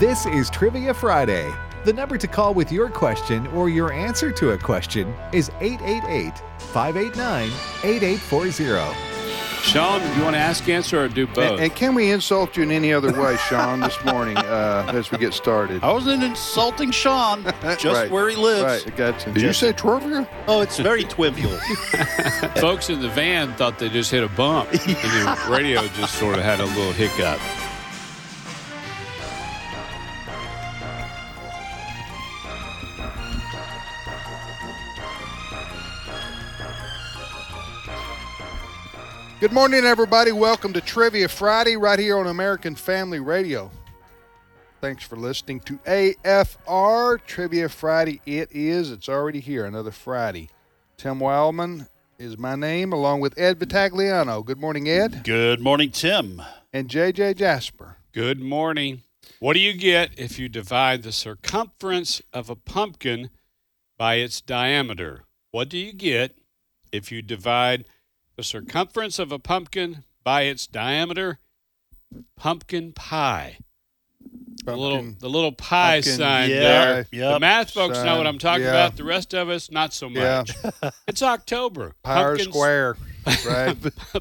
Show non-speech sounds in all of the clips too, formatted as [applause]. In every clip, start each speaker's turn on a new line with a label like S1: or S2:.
S1: This is Trivia Friday. The number to call with your question or your answer to a question is 888 589 8840.
S2: Sean, you want to ask, answer, or do both?
S3: And, and can we insult you in any other way, Sean, this morning uh, as we get started? [laughs]
S4: I wasn't insulting Sean, just
S3: Right.
S4: where he lives.
S3: Right, I got you.
S4: Did you
S3: say Twervia?
S4: Oh, it's very trivial.
S2: [laughs] Folks in the van thought they just hit a [laughs] bump, and the radio just sort of had a little hiccup.
S3: Good morning, everybody. Welcome to Trivia Friday right here on American Family Radio. Thanks for listening to AFR Trivia Friday. It is. It's already here, another Friday. Tim Wildman is my name, along with Ed Vitagliano. Good morning, Ed.
S4: Good morning, Tim.
S3: And JJ Jasper.
S2: Good morning. What do you get if you divide the circumference of a pumpkin by its diameter? What do you get if you divide the circumference of a pumpkin by its diameter? Pumpkin pie. The little
S3: Pumpkin.
S2: the little pie
S3: Pumpkin.
S2: sign
S4: Yeah,
S2: there.
S4: yep.
S2: The math folks know what I'm talking
S3: Yeah.
S2: about. The rest of us not so much.
S3: Yeah,
S2: It's October.
S3: Pyre
S2: Pumpkins- [laughs]
S3: Square. Right.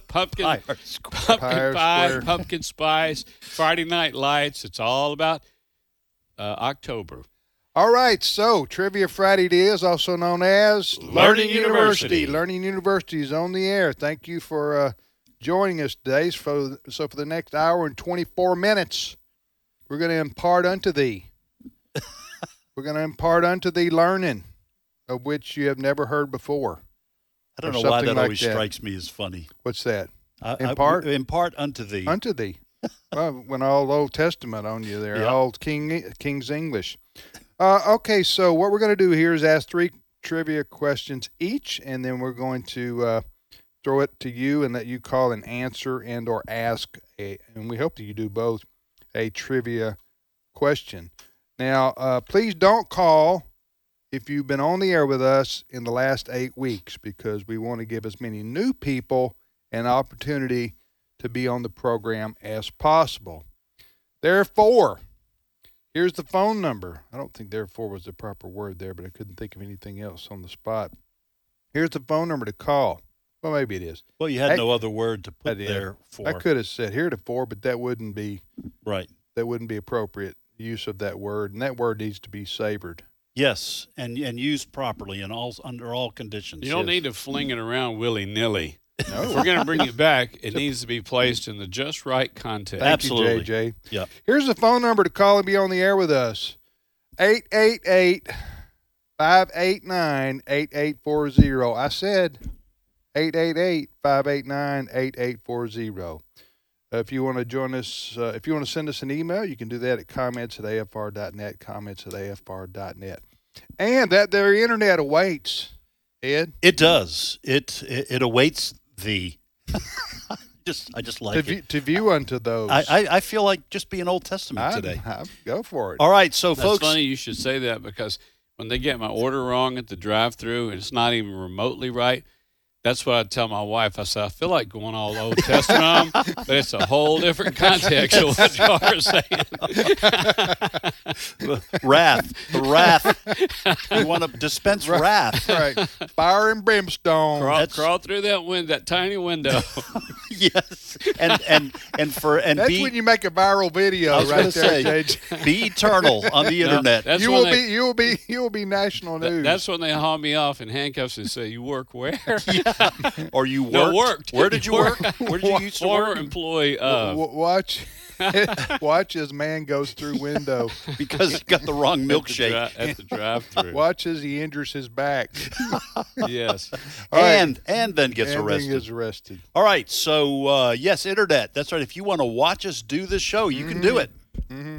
S2: pumpkin
S4: Hi.
S2: pumpkin
S3: Pyre
S2: pie,
S3: Square.
S2: pumpkin spice, Friday night lights. It's all about uh, October.
S3: All right, so Trivia Friday it is, also known as
S2: Learning University.
S3: Learning University is on the air. Thank you for uh, joining us today. So, so for the next hour and 24 minutes, we're going to impart
S4: [laughs]
S3: unto thee. we're going to impart unto thee learning of which you have never heard before.
S4: I don't
S3: Or
S4: know why that
S3: something like
S4: always
S3: that.
S4: strikes me as funny.
S3: What's that?
S4: I,
S3: In
S4: I-
S3: part-
S4: in part unto thee.
S3: Unto thee. well, went all Old Testament on you there,
S4: Yeah.
S3: old King King's English. Uh, okay, so what we're going to do here is ask three trivia questions each, and then we're going to uh, throw it to you and let you call and answer and or ask a, and we hope that you do both a trivia question. Now, uh, please don't call if you've been on the air with us in the last eight weeks because we want to give as many new people an opportunity to be on the program as possible. Therefore, here's the phone number. I don't think therefore was the proper word there, but I couldn't think of anything else on the spot. Here's the phone number to call. Well, maybe it is.
S4: well, you had
S3: I-
S4: no other word to
S3: I
S4: put
S3: did.
S4: there for.
S3: I could have said heretofore, but that wouldn't be
S4: Right.
S3: that wouldn't be appropriate use of that word, and that word needs to be savored.
S4: Yes, and and used properly and all under all conditions.
S2: You don't
S4: Yes.
S2: need to fling it around willy nilly.
S3: No,
S2: We're going to bring it back.
S3: [laughs]
S2: It needs to be placed in the just right context.
S4: That-
S3: Thank you,
S4: Absolutely.
S3: JJ.
S4: Yep.
S3: Here's the phone number to call and be on the air with us 888 589 8840. I said 888 589 8840. Uh, If you want to join us, uh, if you want to send us an email, you can do that at comments at afr.net, comments at afr.net. And that their internet awaits. Ed,
S4: It does. It it, it awaits thee. just I just like
S3: to,
S4: it.
S3: view, to view unto those.
S4: I, I I feel like just being Old Testament
S3: I-
S4: today.
S3: I- go for it.
S4: All right, so
S2: That's
S4: folks.
S2: funny you should say that because when they get my order wrong at the drive through and it's not even remotely right, that's what I tell my wife. I say, I feel like going all
S4: [laughs]
S2: Old Testament on 'em," but it's a whole different context of what y'all are saying.
S4: [laughs] wrath, wrath. You
S3: [laughs]
S4: want to dispense wrath?
S3: right. Fire and brimstone.
S2: crawl,
S4: That's-
S2: crawl through that wind, that tiny window.
S4: [laughs] yes, and and and for and
S3: That's
S4: be
S3: when you make a viral video
S4: I was
S3: right
S4: gonna say,
S3: there, JJ.
S4: be eternal
S2: [laughs]
S4: on the internet.
S2: that's
S3: You
S2: when
S3: will
S2: they-
S3: be you will be you will be national
S2: Th-
S3: news.
S2: That's when they haul me off in handcuffs and say, "You work
S4: [laughs]
S2: where?"
S4: or you worked.
S2: [laughs] No, worked.
S4: Where did
S2: [laughs]
S4: you work?
S3: [laughs]
S4: Where did you used to
S2: Former
S4: work?
S2: employee of.
S4: uh,
S3: W-
S4: [laughs]
S3: w- watch [laughs] watch as man goes through window.
S4: Because you got the
S3: [laughs]
S4: wrong milkshake.
S2: at the, drive-through.
S3: Watch as he injures his back.
S2: [laughs] Yes.
S3: All
S4: [laughs]
S3: right.
S4: and and then gets
S3: and then
S4: arrested.
S3: gets arrested.
S4: All right, so uh, yes, internet. That's right. If you want to watch us do this show, you can
S3: Mm-hmm.
S4: do it.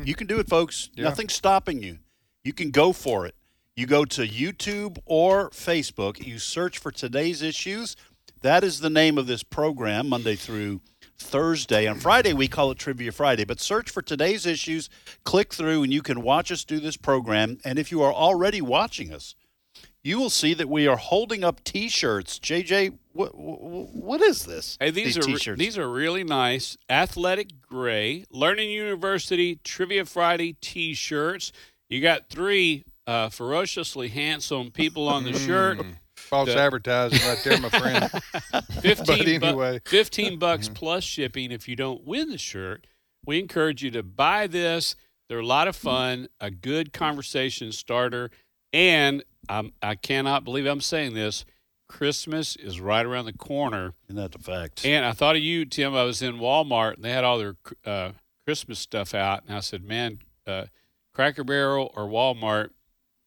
S4: You can do it, folks. Nothing's stopping you. You can go for it. You go to YouTube or Facebook. You search for today's issues. That is the name of this program, Monday through Thursday. On Friday, we call it Trivia Friday. But search for today's issues. Click through, and you can watch us do this program. And if you are already watching us, you will see that we are holding up T-shirts. JJ, what wh- what is this?
S2: Hey, these, are re-
S4: T-shirts.
S2: these are really nice. Athletic gray, Learning University Trivia Friday T-shirts. You got three uh, ferociously handsome people on the shirt.
S4: Mm.
S3: False advertising right there,
S4: [laughs]
S3: my friend.
S2: Fifteen, bu-
S3: anyway.
S2: fifteen bucks plus shipping if you don't win the shirt. We encourage you to buy this. They're a lot of fun, a good conversation starter, and um, I cannot believe I'm saying this. Christmas is right around the corner.
S4: Isn't that the fact?
S2: And I thought of you, Tim. I was in Walmart and they had all their uh, Christmas stuff out, and I said, "Man, uh, Cracker Barrel or Walmart."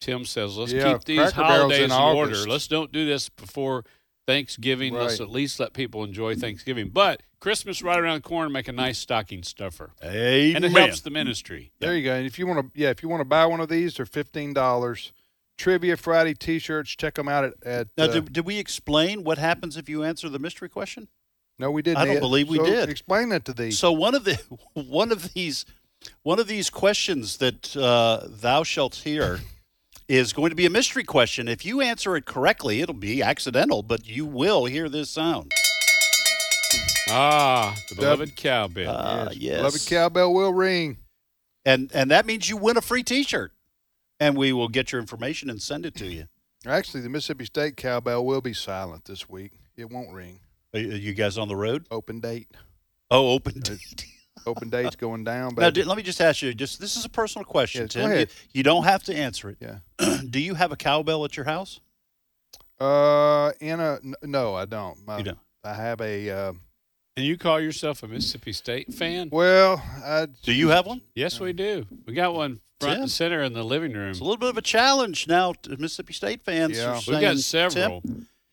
S2: Tim says, "Let's
S3: Yeah,
S2: keep these
S3: Cracker Barrel's
S2: holidays
S3: in
S2: in order.
S3: August.
S2: Let's don't do this before Thanksgiving. Let's
S3: Right.
S2: at least let people enjoy Thanksgiving. But Christmas right around the corner, make a nice stocking stuffer,
S4: Amen.
S2: and it helps the ministry.
S3: There you go. And if you want to, yeah, if you want to buy one of these, they're fifteen dollars. Trivia Friday T-shirts. Check them out at. at
S4: Now,
S3: uh,
S4: did, did we explain what happens if you answer the mystery question?
S3: no, we didn't.
S4: I don't
S3: Ed.
S4: believe we
S3: So
S4: did.
S3: Explain that to these.
S4: So one of the [laughs] one of these one of these questions that uh, thou shalt hear is going to be a mystery question. If you answer it correctly, it'll be accidental, but you will hear this sound.
S2: Ah, the beloved cowbell.
S3: Uh,
S4: Ah, yes.
S3: Love cowbell will ring.
S4: And and that means you win a free T-shirt, and we will get your information and send it to you.
S3: Actually, the Mississippi State cowbell will be silent this week. It won't ring.
S4: Are you- are you guys on the road?
S3: Open date. Uh,
S4: Oh, open. date.
S3: Open
S4: [laughs]
S3: date's going down.
S4: Now,
S3: But
S4: did, let me just ask you. Just this is a personal question,
S3: Yes, go
S4: Tim. You,
S3: ahead.
S4: you don't have to answer it.
S3: yeah.
S4: [clears throat] Do you have a cowbell at your house?
S3: Uh, in a n- no, I don't. My-
S4: You don't.
S3: I have a. Uh,
S2: and you call yourself a Mississippi State fan?
S3: well, I
S4: Do you have one?
S2: Yes, we do. We got one front
S4: Tim?
S2: and center in the living room.
S4: It's a little bit of a challenge now to Mississippi State fans.
S3: Yeah.
S4: are
S3: We've
S2: We've
S4: saying,
S2: got
S4: "Tim,
S2: several.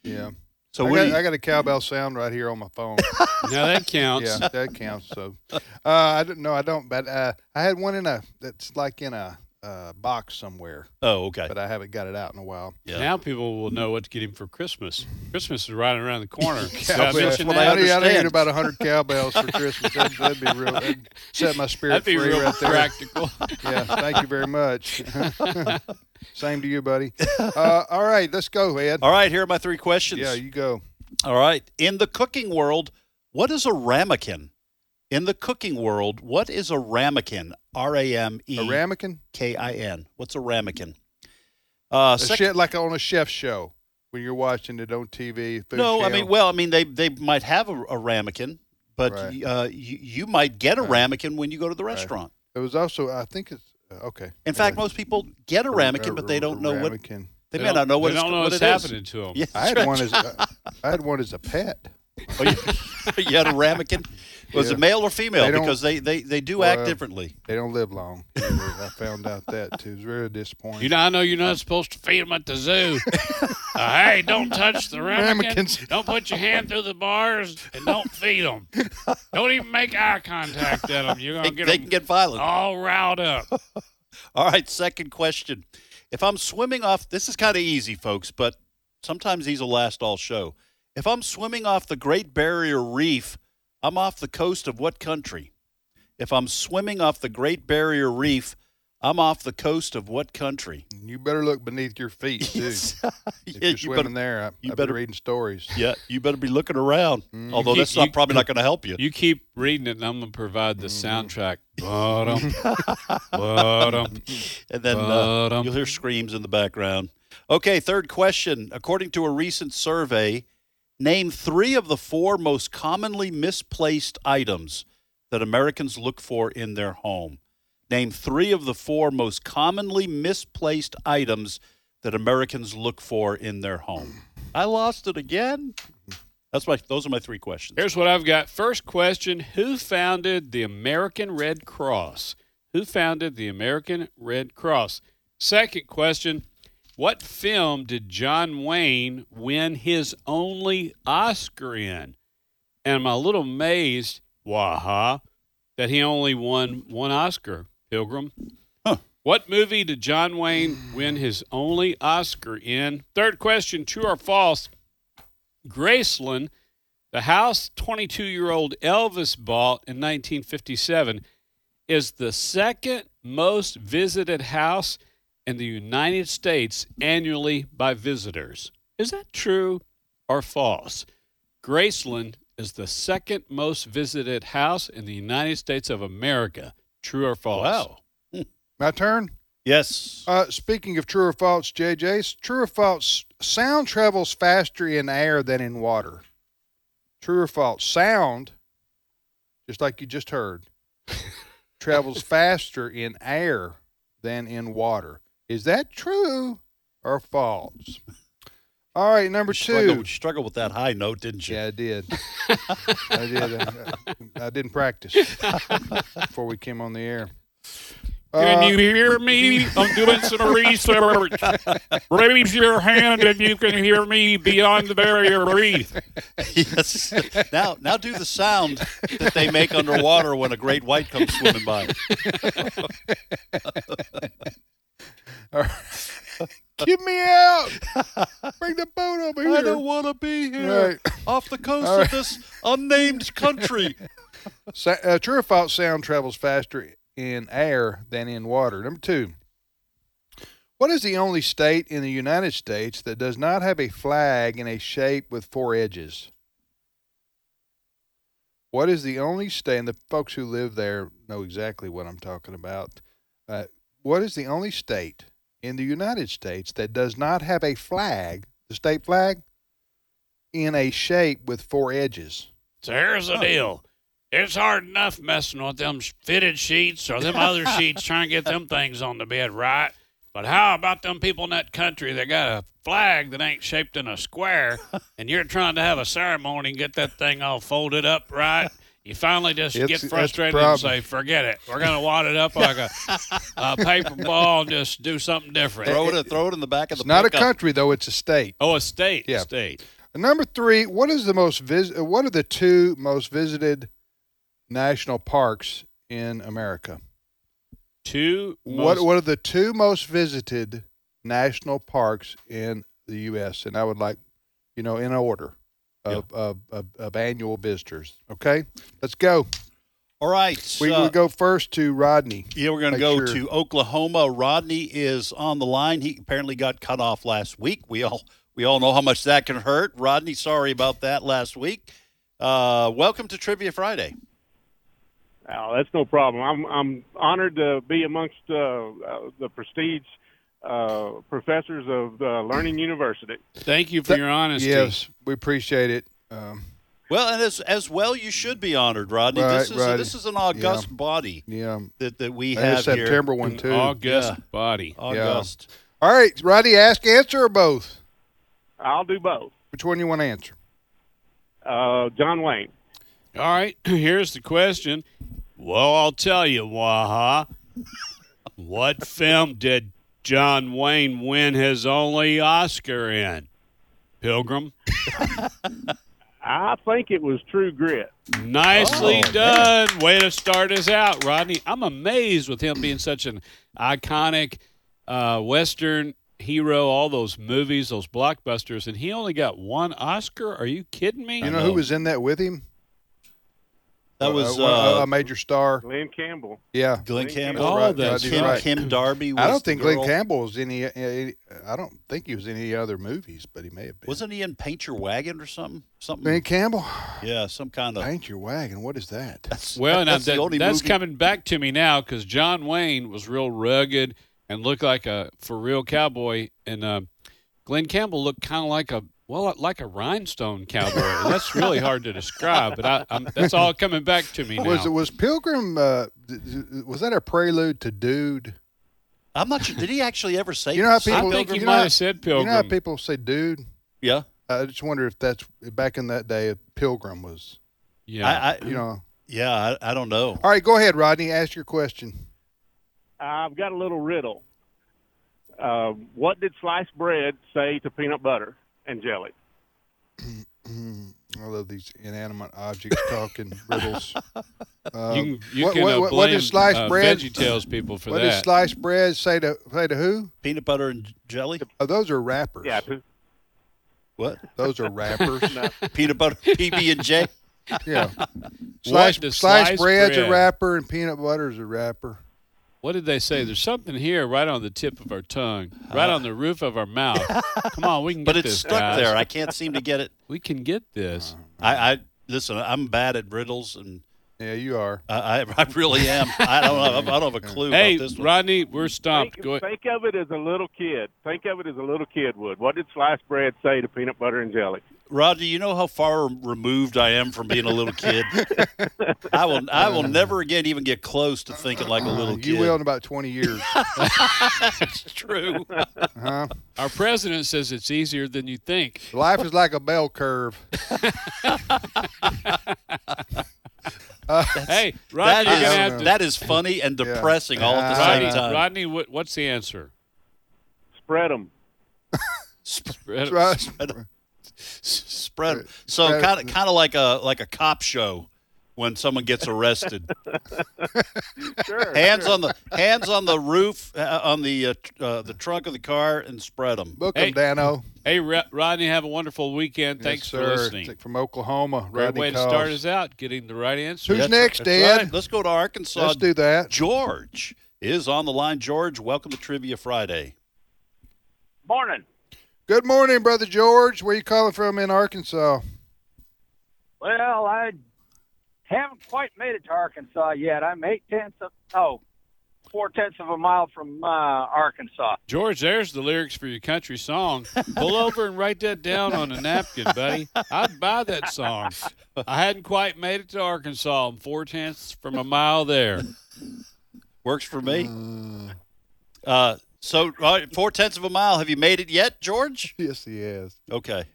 S3: yeah.
S4: so
S3: I
S4: what?
S3: got,
S4: do you-
S3: I got a cowbell sound right here on my phone.
S2: [laughs] Now that counts.
S3: yeah, that counts. So, uh, I don't know. I don't. But uh, I had one in a that's like in a uh, box somewhere,
S4: oh, okay.
S3: but I haven't got it out in a while.
S4: Yeah.
S2: Now people will know what to get him for Christmas. Christmas is right around the [laughs]
S3: [laughs]
S2: corner. Did I
S3: Cowbell.
S2: mention
S4: Well, I
S2: that?
S3: I'd, I'd
S4: understand.
S3: need about hundred cowbells for Christmas. That'd, that'd be
S2: [laughs]
S3: real. That'd set my spirit
S2: That'd be
S3: free
S2: real
S3: right there.
S2: practical.
S3: [laughs] Yeah, thank you
S2: [laughs]
S3: very much. Same to you, buddy. Uh, all right, let's [laughs] go, Ed.
S4: All right, here are my three questions.
S3: Yeah, you go.
S4: All right. In the cooking world, what is a ramekin? In the cooking world, what is a ramekin? R A M
S3: A
S4: E
S3: ramekin?
S4: K I N. What's a ramekin? Uh,
S3: A
S4: sec-
S3: shit like on a chef show when you're watching it on TV. food
S4: no, I
S3: show.
S4: mean, well, I mean, they they might have a, a ramekin, but
S3: Right.
S4: uh, you, you might get a
S3: Right.
S4: ramekin when you go to the
S3: Right.
S4: restaurant.
S3: it was also I think it's uh, okay.
S4: In fact, most people get a ramekin, but they don't know what
S3: ramekin.
S4: they, may not know what
S2: they
S4: it's,
S2: don't know
S4: what
S2: what's
S4: it is.
S2: happening to them.
S4: Yeah, [laughs]
S3: I
S4: that's right.
S3: had one as uh, I had one as a pet.
S4: Oh, you, [laughs] you had a ramekin. Was
S3: Yeah.
S4: it male or female?
S3: They don't-
S4: because they, they, they do act
S3: Well-
S4: differently.
S3: They don't live long. I found out that too. It was very disappointing.
S2: You know, I know you're not supposed to feed them at the
S3: [laughs]
S2: zoo. Uh, hey, don't touch the ramekins.
S3: Ramekins.
S2: Don't put your hand through the bars and don't feed
S3: [laughs]
S2: them. Don't even make eye contact at them. You're
S4: They,
S2: going to get
S4: they
S2: them
S4: can get violent.
S2: all riled up.
S4: [laughs] All right, second question. If I'm swimming off, this is kind of easy, folks, but sometimes these will last all show. If I'm swimming off the Great Barrier Reef, I'm off the coast of what country? If I'm swimming off the Great Barrier Reef, I'm off the coast of what country?
S3: You better look beneath your
S4: [laughs]
S3: feet too.
S4: yeah,
S3: If
S4: you
S3: you're
S4: better,
S3: swimming there, I,
S4: you
S3: I've
S4: better-
S3: been reading
S4: [laughs]
S3: stories.
S4: yeah, you better be looking around.
S3: Mm.
S4: Although
S2: You-
S4: that's not
S2: you-
S4: probably not going to help you.
S2: You keep reading it, and I'm going to provide the
S3: Mm-hmm.
S2: soundtrack.
S3: [laughs]
S2: Ba-dum,
S4: [laughs]
S2: ba-dum,
S4: And then uh,
S2: Ba-dum.
S4: you'll hear screams in the background. Okay, third question. According to a recent survey, name three of the four most commonly misplaced items that Americans look for in their home. Name three of the four most commonly misplaced items that Americans look for in their home. I lost it again. That's my. Those are my three questions.
S2: Here's what I've got. First question Who founded the American Red Cross? Who founded the American Red Cross? Second question What film did John Wayne win his only Oscar in? And I'm a little amazed, waha, that he only won one Oscar, Pilgrim.
S4: Huh.
S2: What movie did John Wayne win his only Oscar in? Third question True or false? Graceland the house 22 year old Elvis bought in 1957 is the second most visited house in the United States annually by visitors. Is that true or false? Graceland is the second most visited house in the United States of America. True or false?
S4: Wow.
S3: My turn.
S4: Yes.
S3: Uh, speaking of true or false, JJ, true or false, sound travels faster in air than in water. True or false, sound, just like you just heard, travels faster in air than in water. Is that true or false? All right, number
S4: You struggled,
S3: two.
S4: you struggled with that high note, didn't you?
S3: Yeah, I did.
S4: [laughs]
S3: I did. I, I didn't practice before we came on the air.
S2: Can
S3: Uh,
S2: you hear me? I'm doing some
S4: [laughs]
S2: research. Raise your hand if you can hear me beyond the
S4: [laughs]
S2: barrier reef.
S4: yes. Now, now do the sound that they make underwater when a great white comes swimming by.
S3: Get me out! [laughs]
S4: [laughs]
S3: Bring the boat over here.
S4: I don't want to be here
S3: Right.
S4: off the coast
S3: All
S4: of this oh, unnamed country.
S3: Sa- uh, true or false? Sound travels faster in air than in water. Number two. What is the only state in the United States that does not have a flag in a shape with four edges? What is the only state, and the folks who live there know exactly what I'm talking about. Uh, what is the only state in the United States that does not have a flag, the state flag, in a shape with four edges?
S2: So here's
S3: Oh,
S2: the deal. It's hard enough messing with them fitted sheets or them
S3: [laughs]
S2: other sheets trying to get them things on the bed right. But how about them people in that country that got a flag that ain't shaped in a
S3: [laughs]
S2: square and you're trying to have a ceremony and get that thing all folded up right? You finally just
S3: It's-
S2: get
S3: that's the
S2: frustrated and
S3: problem.
S2: say, forget it. We're going to wad it up like a, a paper ball and just do something different.
S4: Throw it, throw it in the back of the
S3: It's not a
S4: pickup.
S3: country though; it's a state.
S2: Oh, a state.
S3: Yeah.
S2: State.
S3: Number three, what is the most vis- uh, What are the two most visited national parks in America?
S2: Two.
S3: What
S2: most-
S3: What are the two most visited national parks in the U.S.? And I would like, you know, in order of of, of, of annual visitors. Okay, let's go.
S4: All right.
S3: We,
S4: uh,
S3: we go first to Rodney.
S4: Yeah, we're going to
S3: Make
S4: go
S3: sure.
S4: to Oklahoma. Rodney is on the line. He apparently got cut off last week. We all we all know how much that can hurt. Rodney, sorry about that last week. Uh, welcome to Trivia Friday.
S5: Oh, that's no problem. I'm I'm honored to be amongst uh, uh, the prestige uh, professors of uh, Learning University.
S2: Thank you for your honesty.
S3: Yes, we appreciate it. Um,
S4: Well, and as as well, you should be honored, Rodney.
S3: Right,
S4: this is
S3: Rodney.
S4: this is an august body
S3: yeah,
S4: that, that we
S3: there's
S4: have
S3: September
S4: here.
S3: one too.
S2: August
S4: Yeah.
S2: body.
S4: August.
S3: All right, Rodney, ask, answer, or both.
S5: I'll do both.
S3: Which one you want to answer?
S5: Uh, John Wayne.
S2: All right, [clears throat] here's the question. Well, I'll tell you, Waha. what film did John Wayne win his only Oscar in? Pilgrim.
S5: [laughs] I think it was True Grit.
S2: Nicely
S4: Oh,
S2: done. Way to start us out, Rodney. I'm amazed with him being such an iconic uh, Western hero, all those movies, those blockbusters, and he only got one Oscar? Are you kidding me?
S3: You know, who was in that with him?
S4: That was
S3: a, a,
S4: uh,
S3: major star.
S5: Glenn Campbell.
S3: Yeah,
S4: Glenn
S5: Glenn
S4: Campbell.
S2: Oh,
S3: Right,
S2: that's
S3: Rodney's
S4: Kim,
S3: right.
S4: Kim Darby. Was
S3: I don't
S4: the
S3: think Glenn
S4: girl.
S3: Campbell was any, any. I don't think he was in any other movies, but he may have been.
S4: wasn't he in Paint Your Wagon or something. Something.
S3: Glenn Campbell?
S4: yeah, some kind of.
S3: Paint your wagon. What is that?
S4: That's,
S2: Well, and
S4: that's
S2: that's,
S4: the only
S2: that's
S4: movie
S2: coming back to me now because John Wayne was real rugged and looked like a for real cowboy, and uh, Glenn Campbell looked kind of like a well, like a rhinestone cowboy. that's really hard to describe, but I, I'm, that's all coming back to
S3: [laughs]
S2: me now.
S3: Was it was Pilgrim? Uh, d- d- was that a prelude to Dude?
S4: I'm not sure. Did he actually ever say?
S3: You know how
S4: this?
S2: I
S3: people-
S2: think he
S3: you know
S2: might
S3: how-
S2: have said
S3: You know how
S2: Pilgrim.
S3: people say Dude.
S4: Yeah.
S3: I just wonder if that's back in that day. If Pilgrim was,
S2: yeah,
S4: I, I,
S3: you know.
S4: yeah, I, I don't know.
S3: All right, go ahead, Rodney. Ask your question. [clears throat]
S5: I've got a little riddle. Uh, what did sliced bread say to peanut butter and jelly?
S3: Mm, I love these inanimate objects talking
S4: [laughs]
S3: riddles. Um,
S2: you can, you
S3: what-
S2: can
S3: what-
S2: uh,
S3: what
S2: blame
S3: is sliced
S2: uh,
S3: bread?
S2: Veggie Tales people for
S3: What does
S2: that.
S3: sliced bread say to say to who?
S4: Peanut butter and jelly.
S3: Oh, those are wrappers.
S5: Yeah, p-
S4: What?
S3: Those are wrappers. [laughs]
S4: [laughs] Peanut butter PB and J.
S3: Yeah.
S2: What
S3: Sliced,
S2: does
S3: sliced
S2: sliced
S3: bread's a
S2: bread-
S3: wrapper and peanut butter's a wrapper.
S2: What did they
S4: Hmm.
S2: say? There's something here right on the tip of our tongue, right on the roof of our
S4: [laughs]
S2: mouth. Come on, we can get
S4: Uh-huh. But it's
S2: this,
S4: stuck
S2: guys.
S4: there. I can't seem to get it.
S2: We
S4: [laughs]
S2: can [laughs] get this.
S4: I, I listen. I'm bad at riddles, and
S3: Yeah, you are.
S4: I, I, I really am. I don't. Have, I don't
S3: [laughs]
S4: have a clue
S2: hey,
S4: about this one.
S2: Rodney, we're stopped.
S5: Think,
S2: Go ahead.
S5: think of it as a little kid. Think of it as a little kid would. What did sliced bread say to peanut butter and jelly?
S4: Roger, you know how far removed I am from being a little
S3: [laughs]
S4: kid. I will. I will never again even get close to thinking like a little kid.
S3: You will in about
S4: [laughs]
S3: 20 years.
S4: It's true. Uh-huh.
S3: huh?
S2: Our president says it's easier than you think.
S3: Life is like a
S4: [laughs]
S3: bell curve.
S2: Hey, Rodney,
S4: That
S2: you're gonna
S3: I
S2: have
S3: don't
S4: is
S2: to.
S3: know.
S4: that is funny and
S3: Uh, Yeah.
S4: depressing all at the
S3: Ah.
S4: same
S2: Rodney,
S4: time.
S2: Rodney, what, what's the answer? [laughs]
S4: [laughs]
S5: Spread them.
S2: Spread-
S3: Trust-
S4: spread 'em. So
S3: spread-
S4: kind of kind of like a like a cop show when someone gets
S3: [laughs]
S4: arrested.
S5: Sure.
S4: hands on the hands on the roof uh, on the uh, tr- uh, the trunk of the car and spread them.
S3: Book
S2: Hey.
S3: him, Dano.
S2: Hey, Ro- Rodney, have a wonderful weekend.
S3: Yes,
S2: Thanks for
S3: sir.
S2: listening.
S3: It's From Oklahoma.
S2: Great
S3: Rodney
S2: way to
S3: Cobbs.
S2: start us out, getting the right answer.
S3: Who's next, Dad?
S4: Let's go to Arkansas.
S3: Let's do that.
S4: George is on the line. George, welcome to Trivia Friday.
S5: Morning.
S3: Good morning, brother George. Where you calling from in Arkansas?
S6: Well, I haven't quite made it to Arkansas yet. I'm eight tenths of oh, four tenths of a mile from uh, Arkansas.
S2: George, there's the lyrics for your country song. Pull over and write that down on a napkin, buddy. I'd buy that song. I hadn't quite made it to Arkansas. I'm four tenths from a mile there.
S4: Works for me. Uh, so four tenths of a mile. Have you made it yet, George?
S3: [laughs] Yes, he is.
S4: Okay.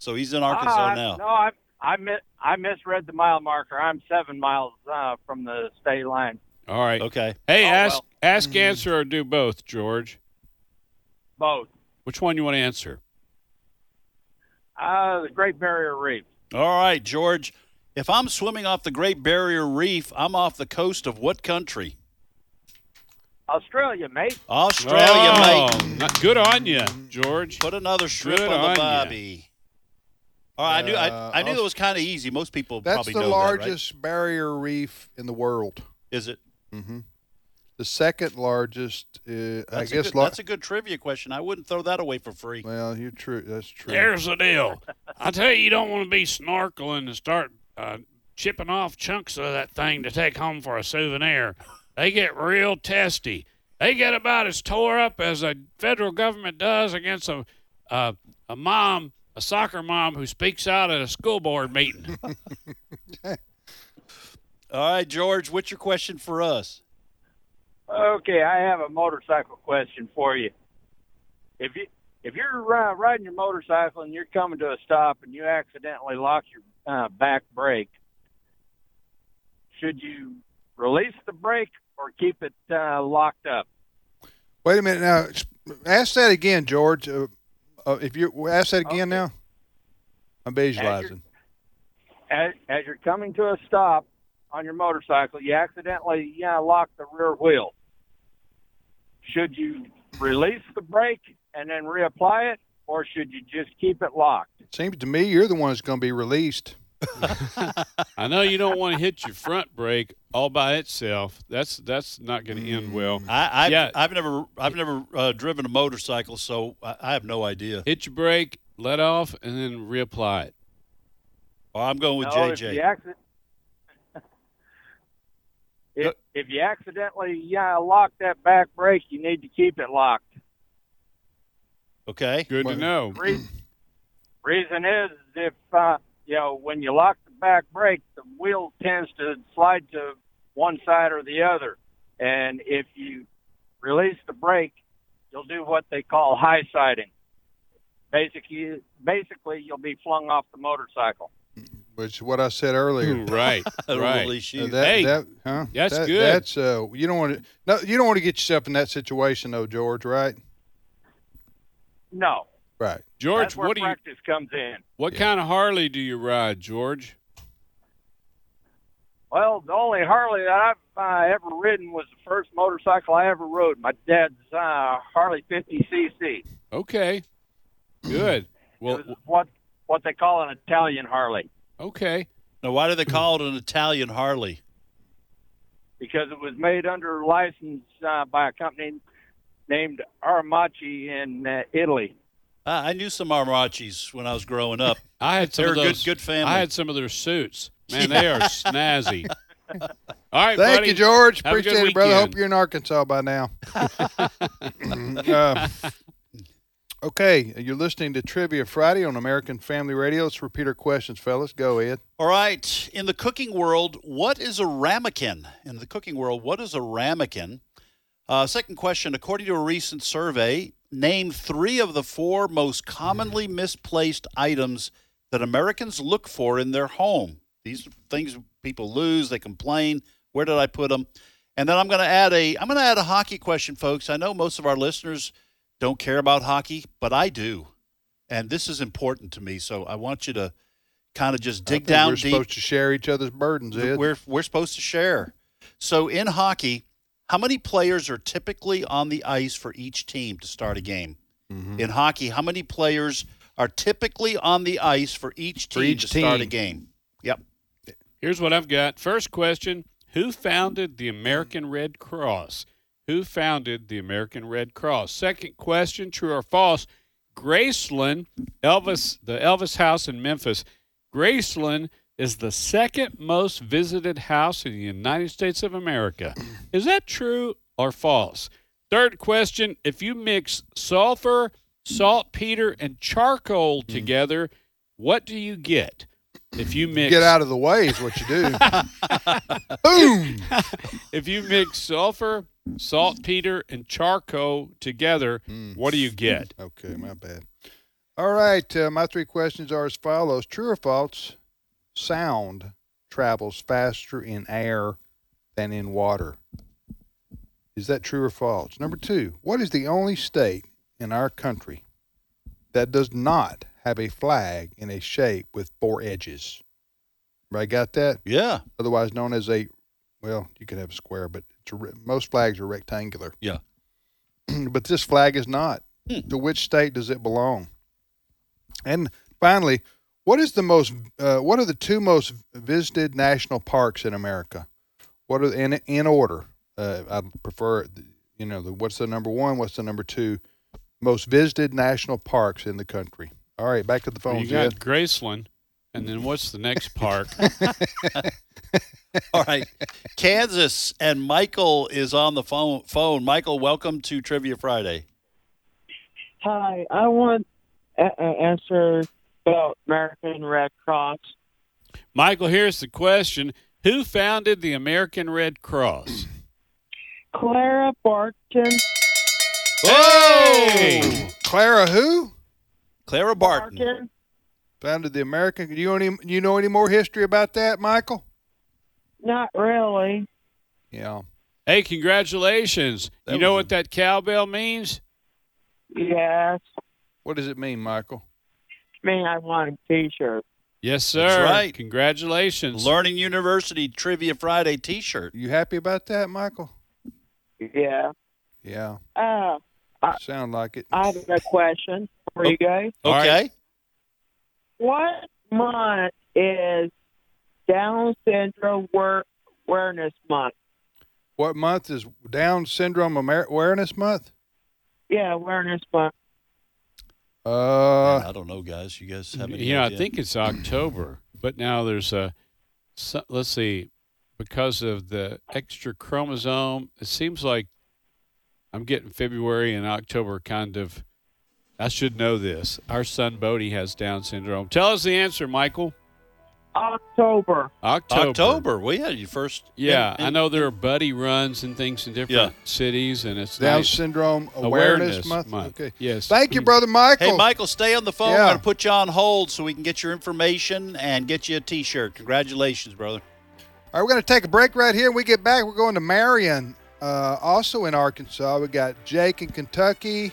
S4: So he's in Arkansas
S6: Ah,
S4: now.
S6: No, I I mi- I misread the mile marker. I'm seven miles uh, from the state line.
S2: All right.
S4: Okay.
S2: Hey,
S6: Oh,
S2: ask
S6: well.
S2: ask answer or do both, George.
S6: Both.
S2: Which one you want to answer?
S6: Uh, the Great Barrier Reef.
S4: All right, George. If I'm swimming off the Great Barrier Reef, I'm off the coast of what country?
S6: Australia, mate.
S4: Australia, mate.
S2: Oh, not- good on you, George.
S4: Put another strip
S2: Good
S4: on the
S2: on ya.
S4: Bobby. All right, I knew
S3: Uh,
S4: I, I knew
S3: Aus-
S4: that was kind of easy. Most people
S3: That's
S4: probably
S3: the
S4: know
S3: largest barrier reef in the world.
S4: That, right? Is it?
S3: hmm The second largest, uh, I
S4: That's a
S3: guess.
S4: good,
S3: lar-
S4: that's a good trivia question. I wouldn't throw that away for free.
S3: well, you're true. That's true.
S2: There's the deal. I tell you, you don't want to be snorkeling and start uh, chipping off chunks of that thing to take home for a souvenir. They get real testy. They get about as tore up as the federal government does against a uh, a mom, a soccer mom who speaks out at a school board
S4: [laughs]
S2: meeting.
S4: All right, George, what's your question for us?
S6: Okay, I have a motorcycle question for you. If you if you're uh, riding your motorcycle and you're coming to a stop and you accidentally lock your uh, back brake, should you release the brake or keep it uh, locked up?
S3: Wait a minute now. Ex- Ask that again, George. Uh, uh, if you well, ask that again now, I'm visualizing.
S6: As, as you're coming to a stop on your motorcycle, you accidentally yeah, lock the rear wheel. Should you release the brake and then reapply it, or should you just keep it locked?
S3: Seems to me you're the one that's going to be released.
S2: I know you don't want to hit your front brake all by itself. That's that's not going to end well.
S4: Mm. I, I've,
S2: Yeah.
S4: I've never I've never uh, driven a motorcycle, so I, I have no idea.
S2: Hit your brake, let off, and then reapply it.
S4: Oh, I'm going with
S6: No, If
S4: JJ.
S6: you, accident- if, if you accidentally yeah, lock that back brake, you need to keep it locked.
S4: Okay.
S2: Good
S3: Well-
S2: to know.
S6: [clears throat] Reason, reason is if uh, you know when you lock the back brake, the wheel tends to slide to one side or the other, and if you release the brake, you'll do what they call high siding. Basically, basically, you'll be flung off the motorcycle.
S3: Which is what I
S4: [laughs]
S3: said earlier. [laughs]
S2: Right, right.
S4: Release
S3: Uh,
S4: you.
S3: that,
S2: Hey,
S3: that- huh?
S2: that's
S3: That-
S2: good.
S3: That's uh, you don't want to. No, you don't want to get yourself in that situation, though, George. Right?
S6: No,
S3: Right.
S2: George,
S6: that's where
S2: what do you
S6: practice comes in.
S2: What kind of Harley do you ride,
S4: [laughs]
S2: George?
S6: Well, the only Harley that I've uh, ever ridden was the first motorcycle I ever rode. My dad's uh, Harley 50cc.
S2: Okay. Good. Well,
S6: it was what what they call an Italian Harley.
S2: okay.
S4: Now, why do they call it an Italian Harley?
S6: because it was made under license uh, by a company named Armachi in uh, Italy.
S4: I I knew some Armachis when I was growing up.
S2: [laughs] I had some
S4: They're
S2: of
S4: a good-
S2: those.
S4: good family.
S2: I had some of their suits. Man, they are snazzy.
S4: [laughs]
S2: All right,
S3: Thank
S2: buddy.
S3: you, George.
S2: Have a good
S3: Appreciate it, brother. Hope
S2: weekend.
S3: you're in Arkansas by now. Uh, okay, you're listening to Trivia Friday on American Family Radio. Let's repeat our questions, fellas. Go, Ed.
S4: All right. In the cooking world, what is a ramekin? In the cooking world, what is a ramekin? Uh, second question According to a recent survey, name three of the four most commonly misplaced items that Americans look for in their home. These are things people lose, they complain. Where did I put them? And then I'm going to add a I'm going to add a hockey question, folks. I know most of our listeners don't care about hockey, but I do, and this is important to me. So I want you to kind of just
S3: I
S4: dig
S3: think
S4: down
S3: We're
S4: deep
S3: supposed to share each other's burdens, Ed.
S4: we're we're supposed to share. So in hockey, how many players are typically on the ice for each team to start a game?
S3: Mm-hmm.
S4: In hockey, how many players are typically on the ice for each
S3: For
S4: team
S3: each
S4: to start a
S3: team.
S4: game? Yep.
S2: Here's what I've got. First question Who founded the American Red Cross? Who founded the American Red Cross? Second question True or false? Graceland, Elvis, the Elvis house in Memphis. Graceland is the second most visited house in the United States of America. Is that true or false? Third question If you mix sulfur, saltpeter, and charcoal together, what do you get? If you mix
S3: Get out of the way is what you do.
S2: [laughs]
S3: Boom.
S2: if you mix sulfur, saltpeter, and charcoal together, what do you get?
S3: Mm. Okay, my bad. All right, uh, my three questions are as follows: True or false? Sound travels faster in air than in water. Is that true or false? Number two: What is the only state in our country that does not have a flag in a shape with four edges? Everybody got that?
S4: Yeah.
S3: Otherwise known as a well, you could have a square, but it's a, re- most flags are rectangular.
S4: Yeah.
S3: [clears throat] but this flag is not.
S4: Hmm.
S3: To which state does it belong? And finally, what is the most? Uh, what are the two most visited national parks in America? What are in in order? Uh, I prefer, you know, the, what's the number one? What's the number two? Most visited national parks in the country. All right, back to the
S2: Well,
S3: phone.
S2: you got Graceland, and then what's
S3: [laughs]
S2: the next park?
S4: [laughs] All right. Kansas and Michael is on the phone. Phone. Michael, welcome to Trivia Friday.
S7: Hi, I want an answer about American Red Cross.
S2: Michael, here's the question: Who founded the American Red Cross?
S7: Clara Barton
S2: Hey!
S3: Clara, who?
S4: Clara Barton.
S7: Barton
S3: founded the American. You know any? You know any more history about that, Michael?
S7: not really.
S3: Yeah.
S2: Hey, congratulations!
S4: That
S2: you know
S4: was
S2: what that cowbell means?
S7: Yes.
S3: What does it mean, Michael?
S7: I mean, I want a T-shirt.
S2: Yes, sir.
S4: That's right.
S2: Congratulations.
S4: Learning University Trivia Friday t shirt.
S3: You happy about that, Michael?
S7: Yeah.
S3: Yeah.
S7: Uh,
S3: Sound like it.
S7: I have a question for you guys.
S4: Okay.
S2: All right.
S7: What month is Down Syndrome Wor- Awareness Month?
S3: What month is Down Syndrome Amer- Awareness Month?
S7: Yeah, Awareness Month.
S3: Uh,
S4: I don't know, guys. You guys have any
S2: You know, I
S4: idea?
S2: think it's October, but now there's a. so- Let's see, because of the extra chromosome, it seems like I'm getting February and October kind of. I should know this. Our son Bodie has Down syndrome. Tell us the answer, Michael.
S7: October.
S2: October.
S4: October. Well, yeah, your first.
S2: Yeah,
S4: in- in-
S2: I know there are buddy runs and things in different
S4: Yeah.
S2: cities, and it's
S3: Down
S2: nice.
S3: Syndrome Awareness, Month. Okay.
S2: Yes.
S3: Thank you, brother Michael.
S4: Hey, Michael, stay on the phone.
S3: Yeah.
S4: We're going to put you on hold so we can get your information and get you a t shirt. Congratulations, brother.
S3: All right, we're going to take a break right here. When we get back, we're going to Marion, uh, also in Arkansas. We got Jake in Kentucky,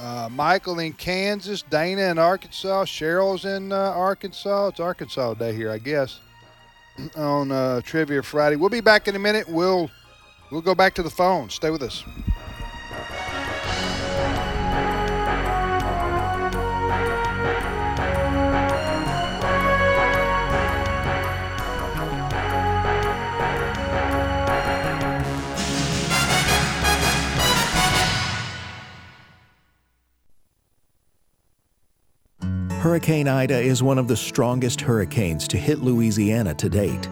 S3: uh, Michael in Kansas, Dana in Arkansas, Cheryl's in uh, Arkansas. It's Arkansas Day here, I guess, [clears throat] on uh, Trivia Friday. We'll be back in a minute. We'll we'll go back to the phone. Stay with us.
S8: Hurricane Ida is one of the strongest hurricanes to hit Louisiana to date.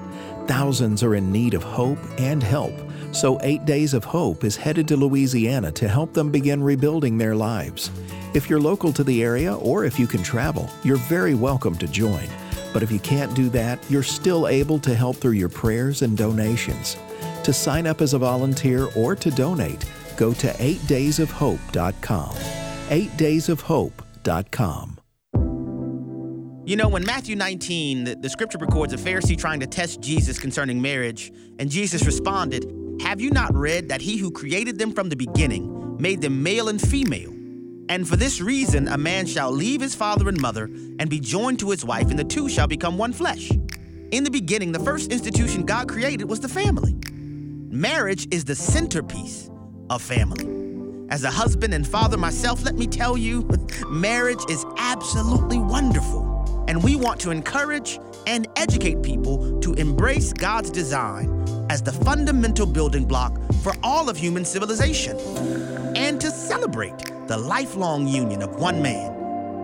S8: Thousands are in need of hope and help, so Eight Days of Hope is headed to Louisiana to help them begin rebuilding their lives. If you're local to the area or if you can travel, you're very welcome to join. But if you can't do that, you're still able to help through your prayers and donations. To sign up as a volunteer or to donate, go to 8daysofhope.com. 8daysofhope.com.
S9: You know, in Matthew 19, the, the scripture records a Pharisee trying to test Jesus concerning marriage, and Jesus responded, Have you not read that he who created them from the beginning made them male and female? And for this reason, a man shall leave his father and mother and be joined to his wife, and the two shall become one flesh. In the beginning, the first institution God created was the family. Marriage is the centerpiece of family. As a husband and father myself, let me tell you, [laughs] marriage is absolutely wonderful. And we want to encourage and educate people to embrace God's design as the fundamental building block for all of human civilization and to celebrate the lifelong union of one man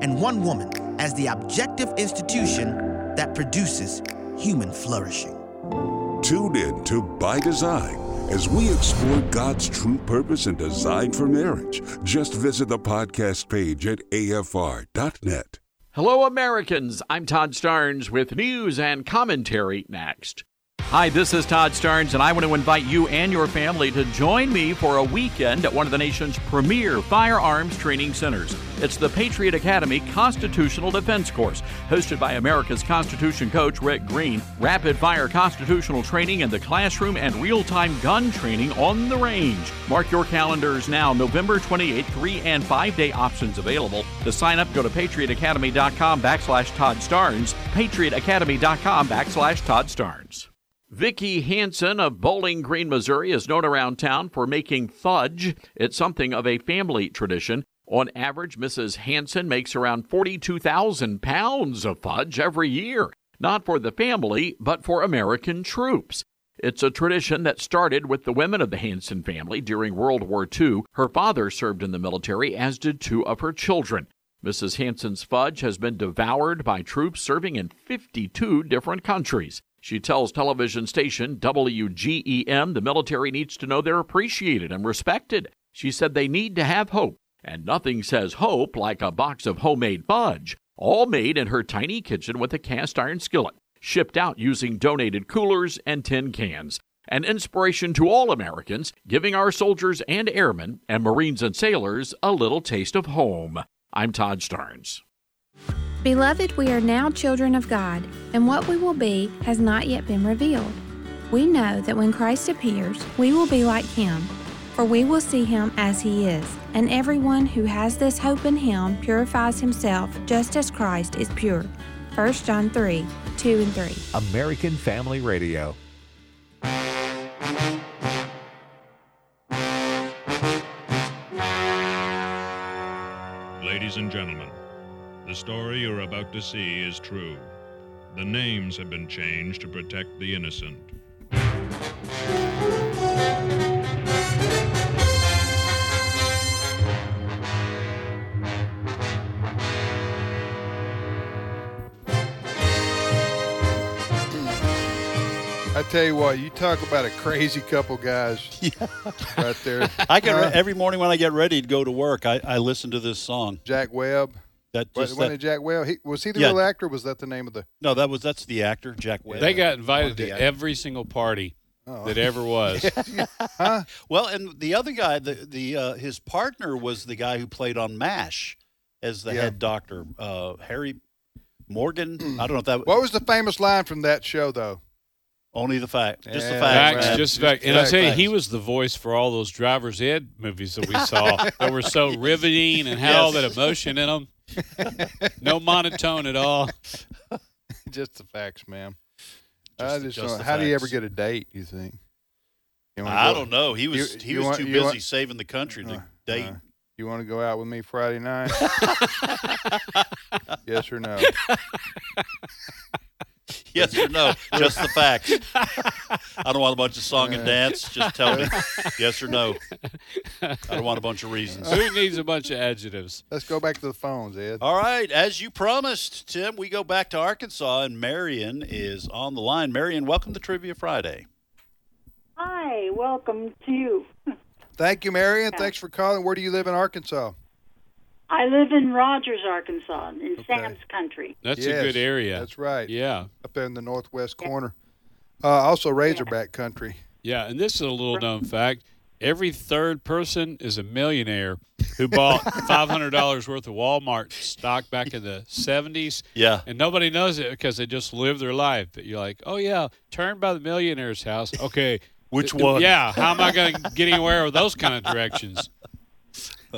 S9: and one woman as the objective institution that produces human flourishing.
S10: Tune in to By Design as we explore God's true purpose and design for marriage. Just visit the podcast page at afr.net.
S11: Hello, Americans. I'm Todd Starnes with news and commentary next. Hi, this is Todd Starnes, and I want to invite you and your family to join me for a weekend at one of the nation's premier firearms training centers. It's the Patriot Academy Constitutional Defense Course, hosted by America's Constitution coach Rick Green. Rapid fire constitutional training in the classroom and real time gun training on the range. Mark your calendars now, November 28th, three and five day options available. To sign up, go to patriotacademy.com backslash Todd Starnes, patriotacademy.com backslash Todd Starnes. Vicki Hansen of Bowling Green, Missouri is known around town for making fudge. It's something of a family tradition. On average, Mrs. Hansen makes around 42,000 pounds of fudge every year, not for the family, but for American troops. It's a tradition that started with the women of the Hansen family during World War II. Her father served in the military, as did two of her children. Mrs. Hansen's fudge has been devoured by troops serving in 52 different countries. She tells television station WGEM the military needs to know they're appreciated and respected. She said they need to have hope, and nothing says hope like a box of homemade fudge, all made in her tiny kitchen with a cast iron skillet, shipped out using donated coolers and tin cans. An inspiration to all Americans, giving our soldiers and airmen and Marines and sailors a little taste of home. I'm Todd Starnes.
S12: Beloved, we are now children of God, and what we will be has not yet been revealed. We know that when Christ appears, we will be like him, for we will see him as he is, and everyone who has this hope in him purifies himself just as Christ is pure. 1 John 3 2 and 3.
S1: American Family Radio.
S13: Ladies and gentlemen, the story you're about to see is true. The names have been changed to protect the innocent.
S3: I tell you what, you talk about a crazy couple guys
S4: Yeah.
S3: right there.
S4: I get
S3: Uh,
S4: re- every morning when I get ready to go to work, I, I listen to this song.
S3: Jack Webb.
S4: That
S3: What,
S4: just
S3: wasn't
S4: that-
S3: it Jack Webb? He, was he the
S4: Yeah.
S3: real actor? or Was that the name of the? [laughs]
S4: no, that was that's the actor Jack Webb.
S2: They got invited
S4: the
S2: to
S4: actors.
S2: every single party
S3: Oh.
S2: that ever was.
S3: [laughs]
S4: well, and the other guy, the the uh, his partner was the guy who played on Mash as the
S3: Yeah.
S4: head doctor, uh, Harry Morgan. I don't know if that
S3: What was the famous line from that show though?
S4: only the fact, just the
S3: Yeah,
S4: fact.
S2: Facts, just
S3: right. Just
S2: facts. And I
S3: facts.
S2: tell you, he was the voice for all those driver's ed movies that we
S3: [laughs]
S2: saw that were so riveting and had all that
S4: Yes.
S2: emotion in them. No monotone at all.
S3: just the facts, ma'am.
S4: Just
S3: I
S4: the-
S3: just
S4: just
S3: don't,
S4: the
S3: how do you
S4: facts.
S3: ever get a date? You think? You wanna
S4: I
S3: go-
S4: don't know. He was
S3: You-
S4: he
S3: you
S4: was
S3: want-
S4: too
S3: you
S4: busy
S3: want-
S4: saving the country to
S3: Uh,
S4: date.
S3: uh, you want to go out with me
S4: [laughs]
S3: Friday night? yes or no?
S4: [laughs] yes or no. Just the
S3: [laughs]
S4: facts. I don't want a bunch of song and dance. Just tell
S3: [laughs]
S4: me yes or no. I don't want a bunch of reasons.
S2: Who needs a bunch of adjectives?
S3: Let's go back to the phones, Ed.
S4: All right, as you promised, Tim, we go back to Arkansas, and Marion is on the line. Marion, welcome to Trivia Friday.
S14: Hi, welcome to you.
S3: Thank you, Marion. Thanks for calling. Where do you live in Arkansas?
S14: I live in Rogers, Arkansas, in Sam's country.
S2: That's
S3: Yes,
S2: a good area.
S3: That's right.
S2: Yeah.
S3: Up there in the northwest corner. Uh, also, Razorback country.
S2: Yeah, and this is a little known fact. Every third person is a millionaire who
S3: [laughs]
S2: bought five hundred dollars worth of Walmart stock back in the seventies.
S4: Yeah.
S2: And nobody knows it because they just live their life. But you're like, Oh yeah, turn by the millionaire's house. Okay.
S4: [laughs] Which
S2: Th-
S4: one?
S2: Yeah. How am I gonna get anywhere with those kind of
S4: [laughs]
S2: directions?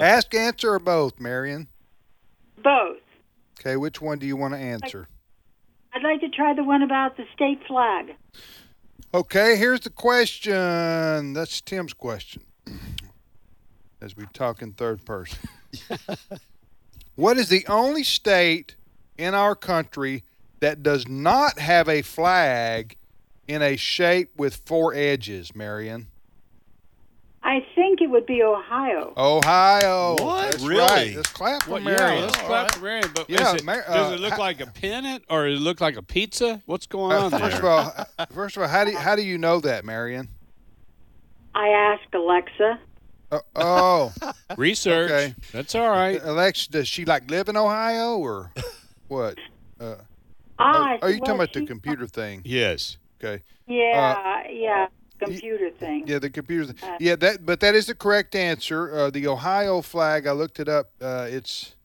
S3: Ask, answer, or both, Marion?
S14: Both.
S3: Okay, which one do you want to answer?
S14: I'd like to try the one about the state flag.
S3: Okay, here's the question. That's Tim's question. As we talk in
S2: [laughs]
S3: third person. what is the only state in our country that does not have a flag in a shape with four edges, Marion?
S14: I think it would be Ohio.
S3: Ohio.
S14: What?
S3: That's
S2: Really?
S3: right. Let's clap for
S2: Well, yeah,
S3: Marion.
S2: let's
S3: All
S2: clap
S3: right.
S2: for Marion. But
S3: Yeah,
S2: is it,
S3: Mar-
S2: does
S3: uh,
S2: it look
S3: ha-
S2: like a pennant or it look like a pizza? What's going
S3: Uh,
S2: on
S3: first
S2: there?
S3: of all, uh, first of all, how do you, how do you know that, Marion?
S14: I asked Alexa.
S3: Uh, oh,
S2: [laughs] Research.
S3: okay.
S2: That's all right.
S3: Alexa, does she like live in Ohio or what? Uh,
S14: [laughs] Ah,
S3: are you talking
S14: well,
S3: about uh, the computer thing?
S2: Yes.
S3: Okay.
S14: Yeah, Uh, yeah, computer thing.
S3: Yeah, the computer. Thing. Yeah, that. But that is the correct answer. Uh, the Ohio flag. I looked it up. Uh, it's,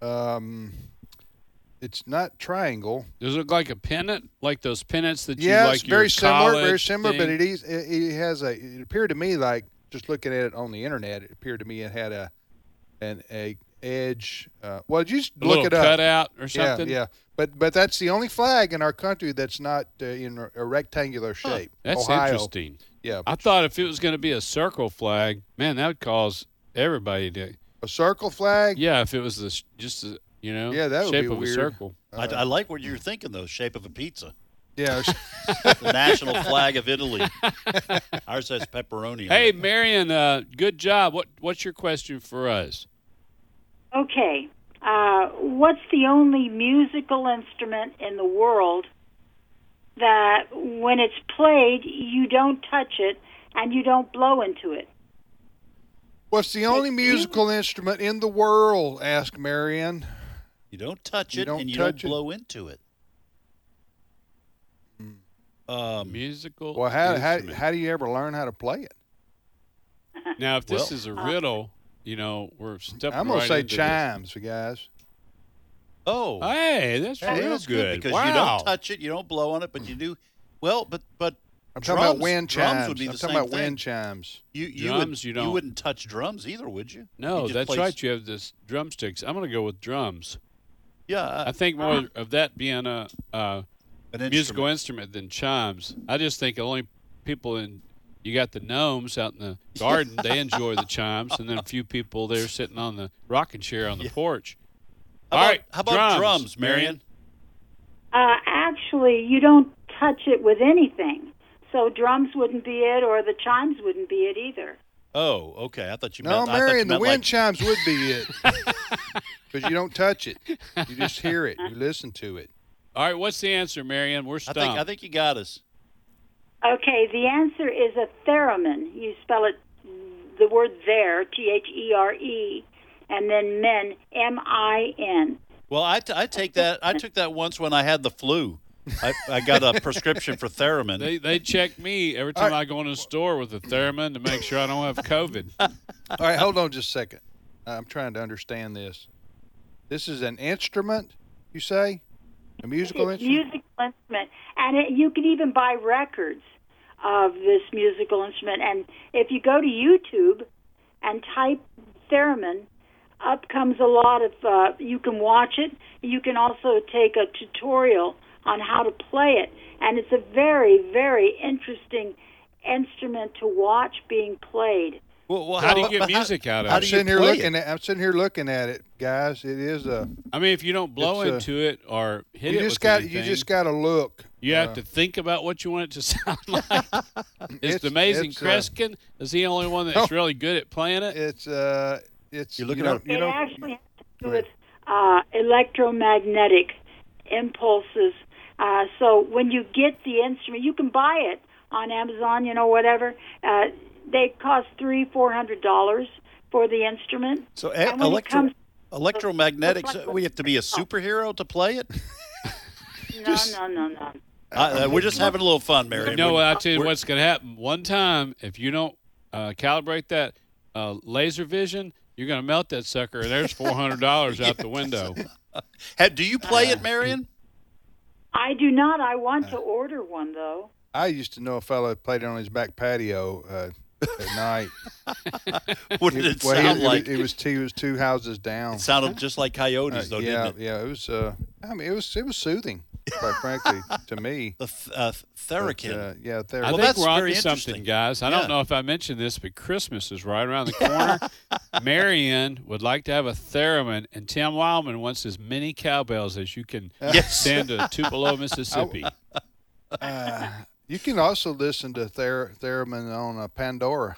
S3: um, it's not triangle.
S2: Does it look like a pennant, like those pennants that
S3: Yeah,
S2: you like?
S3: it's very
S2: your
S3: similar, very
S2: college
S3: similar, but
S2: thing?
S3: it is it, it has a. It appeared to me like just looking at it on the internet, it appeared to me it had a, an a edge. Uh, well, you just
S2: A
S3: look
S2: little
S3: it up.
S2: cutout or something?
S3: Yeah, yeah. But but that's the only flag in our country that's not uh, in a- a rectangular shape.
S2: That's
S3: Ohio.
S2: interesting.
S3: Yeah,
S2: I thought if it was going to be a circle flag, man, that would cause everybody to.
S3: a circle flag.
S2: Yeah, if it was the sh- just the, you know
S3: Yeah, that would
S2: shape
S3: be
S2: of
S3: weird.
S2: a circle.
S4: I, I like what you're thinking, though. Shape of a pizza.
S3: Yeah.
S2: [laughs]
S3: [laughs]
S4: The national flag of Italy. Ours has pepperoni. on
S2: Hey,
S4: it.
S2: Marion, uh, good job. What what's your question for us?
S14: Okay. Uh, what's the only musical instrument in the world that when it's played, you don't touch it and you don't blow into it?
S3: What's the only musical instrument in the world? Asked Marion.
S4: You don't touch
S3: You
S4: it,
S3: don't
S4: and you don't
S3: touch it.
S4: blow into it. Um,
S2: Musical.
S3: Hmm. Well, how, how
S2: instrument.
S3: how do you ever learn how to play it?
S2: now, if this
S4: Well-
S2: is a riddle, you know we're stepping.
S3: I'm gonna
S2: right
S3: say
S2: into this.
S3: chimes, guys.
S4: oh,
S2: Hey, that's
S4: that
S2: real
S4: is
S2: good.
S4: because
S2: wow.
S4: you don't touch it, you don't blow on it, but you do. Well, but but
S3: I'm
S4: drums,
S3: talking about wind
S4: drums
S3: chimes.
S4: would be
S3: I'm
S4: the
S3: talking
S4: same
S3: about
S4: thing.
S3: wind chimes.
S4: You you,
S2: Drums,
S4: would,
S2: you don't.
S4: wouldn't touch drums either, would you? You
S2: no,
S4: just
S2: that's
S4: place-
S2: right. You have this drumsticks. I'm going to go with drums.
S4: Yeah, uh,
S2: I think more of that being a. Uh,
S4: an instrument.
S2: musical instrument than chimes. I just think only people in you got the gnomes out in
S4: [laughs]
S2: the garden they enjoy the chimes, and then a few people there sitting on the rocking chair on the porch.
S4: How
S2: All
S4: about,
S2: right,
S4: how about drums,
S2: drums, [laughs]
S4: Marion?
S14: Uh, actually, you don't touch it with anything. So drums wouldn't be it, or the chimes wouldn't be it either.
S4: Oh, okay. I thought you
S3: No,
S4: meant. I thought you
S3: Marion, the
S4: meant
S3: wind
S4: like,
S3: chimes would
S4: [laughs]
S3: be it. Because you don't touch it. You just hear it. You listen to it.
S2: All right, what's the answer, Marion? We're
S4: I
S2: stumped.
S4: think I think you got us.
S14: Okay, the answer is a theremin. You spell it the word there, T H E R E, and then men, M I N.
S4: Well, I, t- I take that. I took that once when I had the flu. I, I got a prescription for Theramin.
S2: they they check me every time I go in a store with a theremin to make sure I don't have [laughs] COVID.
S3: All right, hold on just a second. I'm trying to understand this. This is an instrument, you say? A musical
S14: It's
S3: instrument?
S14: musical instrument, and it, you can even buy records of this musical instrument. And if you go to YouTube and type theremin, up comes a lot of. Uh, you can watch it. You can also take a tutorial on how to play it, and it's a very, very interesting instrument to watch being played.
S4: Well, well,
S2: How do you get music out of
S3: I'm
S2: it?
S3: sitting here looking at. I'm sitting here looking at it, guys. It is a.
S2: I mean, if you don't blow
S3: It's, uh,
S2: into it or hit
S3: you
S2: it
S3: just
S2: with
S3: got. You
S2: anything,
S3: just got to look.
S2: you have
S3: uh,
S2: to think about what you want it to [laughs] sound
S3: [laughs]
S2: like. Is
S3: It's-
S2: the amazing
S3: it's, uh,
S2: Kreskin? is he the only one that's really good at playing it?
S3: It's uh, it's
S2: you're
S3: looking don't- at- you
S14: It
S3: don't-
S14: actually has to do with uh, electromagnetic impulses. Uh, so when you get the instrument, you can buy it on Amazon, you know, whatever. Uh, they cost three, four hundred dollars for the instrument.
S4: So e-
S14: and when it
S4: electro-
S14: comes,
S4: electromagnetics. uh, We have to be a superhero to play it.
S14: no, no, no, no.
S4: Uh, uh, we're just having a little fun, Mary.
S2: You know what? I'll tell you what's going to happen. One time, if you don't uh, calibrate that uh, laser vision, you're going to melt that sucker, and there's $400 out the
S3: [laughs]
S2: window.
S4: do you play it, Marion?
S14: I do not. I want to order one though.
S3: I used to know a fellow that played it on his back patio uh, at night.
S4: [laughs] What did it
S3: well,
S4: sound
S3: he,
S4: like?
S3: It was, two, it was two houses down.
S4: It sounded just like coyotes, though,
S3: yeah,
S4: didn't it?
S3: yeah. It was. Uh, I mean, it was. It was soothing, quite frankly, to me.
S4: [laughs] The uh, Therakin.
S3: uh, yeah, Therakin.
S2: I
S3: Well,
S2: think
S3: that's
S2: we're
S3: very
S2: onto
S3: interesting.
S2: something, guys. I
S3: Yeah.
S2: don't know if I mentioned this, but Christmas is right around the
S3: [laughs]
S2: corner. Marion would like to have a theremin, and Tim Wildman wants as many cowbells as you can
S3: Yes.
S2: send
S3: [laughs]
S2: to Tupelo, Mississippi.
S3: Uh, [laughs] you can also listen to Ther- Theremin on
S4: [laughs]
S3: uh, Pandora.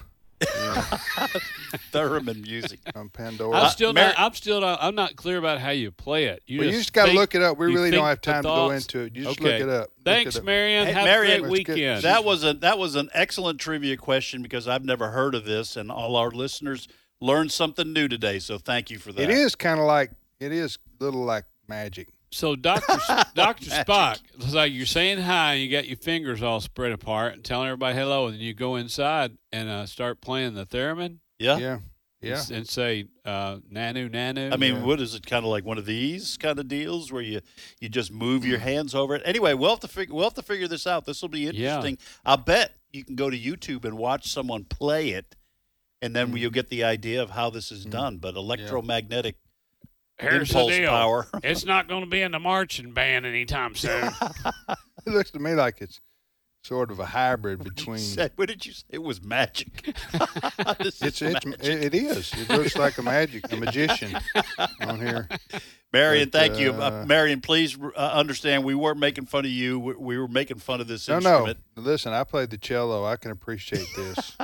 S4: Theremin music
S3: on Pandora.
S2: I'm still not. I'm still not. I'm not clear about how you play it. You
S3: Well, you just gotta
S2: got to
S3: look it up. We really don't have time to go into it. You just look it up. Look
S2: Thanks,
S3: it up.
S2: Marion.
S3: Hey,
S2: have
S3: Marion,
S2: a
S3: let's
S2: great
S3: get-
S2: weekend.
S4: That was a that was an excellent trivia question because I've never heard of this, and all our listeners learned something new today. So thank you for that.
S3: It is kind of like it is a little like magic.
S2: So Doctor Doctor Spock, it's like you're saying hi, and you got your fingers all spread apart, and telling everybody hello, and then you go inside and uh, start playing the theremin.
S4: Yeah.
S3: Yeah.
S2: And, s- and say uh, nanu nanu.
S4: I mean, what is it? Kind of like one of these kind of deals where you you just move your hands over it. Anyway, we'll have to figure we'll have to figure this out. This will be
S2: Yeah.
S4: interesting. I bet you can go to YouTube and watch someone play it, and
S3: Hmm.
S4: then you'll get the idea of how this is done. But electromagnetic
S2: Here's the
S4: impulse
S2: deal.
S4: power.
S2: it's not going to be in the marching band anytime soon.
S3: It looks to me like it's sort of a hybrid between.
S4: Said- [laughs] [laughs] what did you say? It was magic. [laughs] This is
S3: It's, it's
S4: magic.
S3: it is. It looks like a magic, a magician
S4: [laughs]
S3: on here.
S4: Marion,
S3: But,
S4: thank you.
S3: uh,
S4: Uh, Marion, please uh, understand we weren't making fun of you. We, we were making fun of this
S3: No, no.
S4: instrument.
S3: Listen, I played the cello. I can appreciate
S4: [laughs]
S3: this.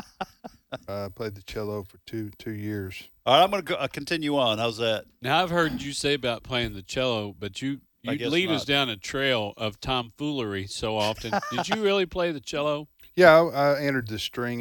S3: Uh, I played the cello for two two years.
S4: All right, I'm going to uh, continue on. How's that?
S2: Now I've heard you say about playing the cello, but you
S4: I
S2: you
S4: guess
S2: lead us
S4: not.
S2: down a trail of tomfoolery so often. Did you really play the cello?
S3: Yeah, I, I entered the string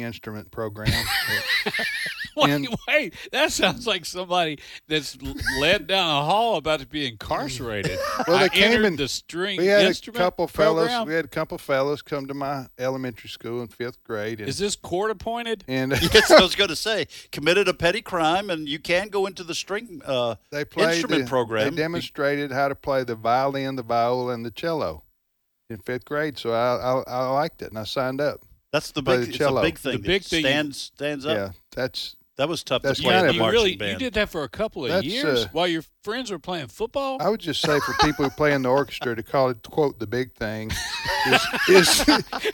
S4: [laughs]
S3: instrument program.
S2: [laughs] Wait,
S3: And-
S2: wait, that sounds like somebody that's l- led down a hall about to be incarcerated.
S3: [laughs] Well, they
S2: I
S3: came
S2: entered
S3: and
S2: the string
S3: we had a
S2: instrument
S3: couple
S2: program?
S3: fellows. We had a couple fellows come to my elementary school in fifth grade. And,
S2: Is this court appointed?
S4: [laughs]
S3: and
S4: yes,
S3: [laughs]
S4: I was going to say committed a petty crime, and you can go into the string uh,
S3: they played
S4: instrument
S3: the-
S4: program.
S3: They demonstrated how to play the violin, the viola, and the cello in fifth grade. So I I, I liked it and I signed up.
S4: That's the
S3: play
S4: big,
S3: the
S4: it's
S3: cello.
S4: a big thing.
S2: The
S4: that
S2: big thing you-
S4: stands stands up.
S3: Yeah, that's
S4: That was tough
S3: That's
S4: to
S2: You,
S4: play
S3: kind
S4: in
S3: of-
S4: the
S2: you
S4: marching
S2: really
S4: band.
S2: you did that for a couple of
S3: That's,
S2: years
S3: uh,
S2: while your friends were playing football.
S3: I would just say for people who play in the orchestra to call it quote the big thing is
S4: [laughs]
S3: is,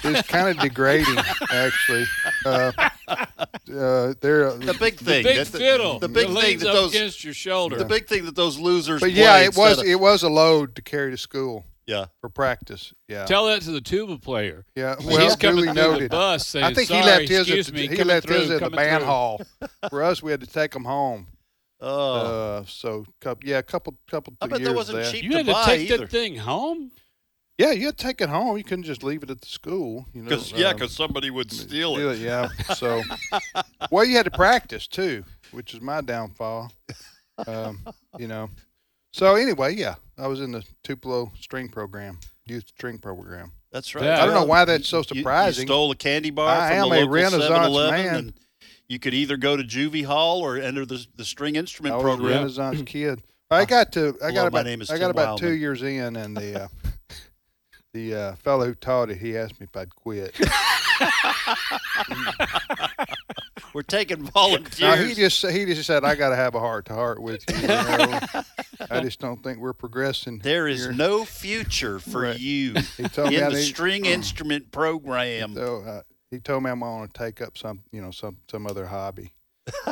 S3: is kind of degrading actually. Uh, uh, they're
S4: the big
S2: the
S4: thing.
S2: big
S4: that-
S2: fiddle,
S4: The big
S2: your
S4: thing
S2: legs
S4: that
S2: up
S4: those.
S2: against your shoulder.
S4: The big thing that those losers.
S3: but yeah,
S4: play
S3: it was
S4: instead of-
S3: it was a load to carry to school
S4: yeah.
S3: for practice. Yeah,
S2: Tell that to the tuba player.
S3: [laughs] yeah.
S2: He's
S3: Well,
S2: coming
S3: duly
S2: through the
S3: noted.
S2: bus saying,
S3: I think
S2: "Sorry,
S3: he left his
S2: excuse
S3: at,
S2: me,
S3: he
S2: coming
S3: left
S2: through,
S3: his at the
S2: coming
S3: band
S2: through."
S3: hall. For us, we had to take them home.
S4: Oh,
S3: Uh, so coup yeah, a couple couple.
S4: I bet
S3: years
S4: that wasn't
S3: there.
S4: cheap
S2: You
S4: to
S2: had to
S4: buy
S2: take
S4: either.
S2: that thing home.
S3: Yeah, you had to take it home. You couldn't just leave it at the school. You
S4: [laughs]
S3: know,
S4: Cause, yeah,
S3: um,
S4: because somebody would steal it.
S3: Steal
S4: [laughs]
S3: it, yeah. So, well, you had to practice too, which is my downfall. Um, you know. So anyway, yeah, I was in the Tupelo string program, youth string program.
S4: That's right.
S2: Yeah.
S3: I don't know
S4: Well,
S3: why that's so
S4: you- You,
S3: surprising.
S4: stole a candy bar
S3: I
S4: from
S3: am
S4: the
S3: a
S4: local
S3: Renaissance
S4: 7-Eleven,
S3: man.
S4: and you could either go to juvie hall or enter the, the string instrument
S3: I was a
S4: program. [laughs]
S3: Renaissance kid. I got to. I
S4: Hello, my
S3: got about.
S4: name is
S3: I got
S4: Tim
S3: about two
S4: Wildman.
S3: years in, and the uh, [laughs] the uh, fellow who taught it, he asked me if I'd quit.
S4: We're taking
S3: [laughs] Now he
S4: volunteers.
S3: just he just said, "I got to have a heart to heart with you."
S4: [laughs]
S3: you know? I just don't think we're progressing.
S4: there is
S3: here."
S4: no future for
S3: Right.
S4: you
S3: He told me I
S4: in the
S3: need- uh,
S4: string instrument program.
S3: So uh, he told me I'm going to take up some, you know, some some other hobby.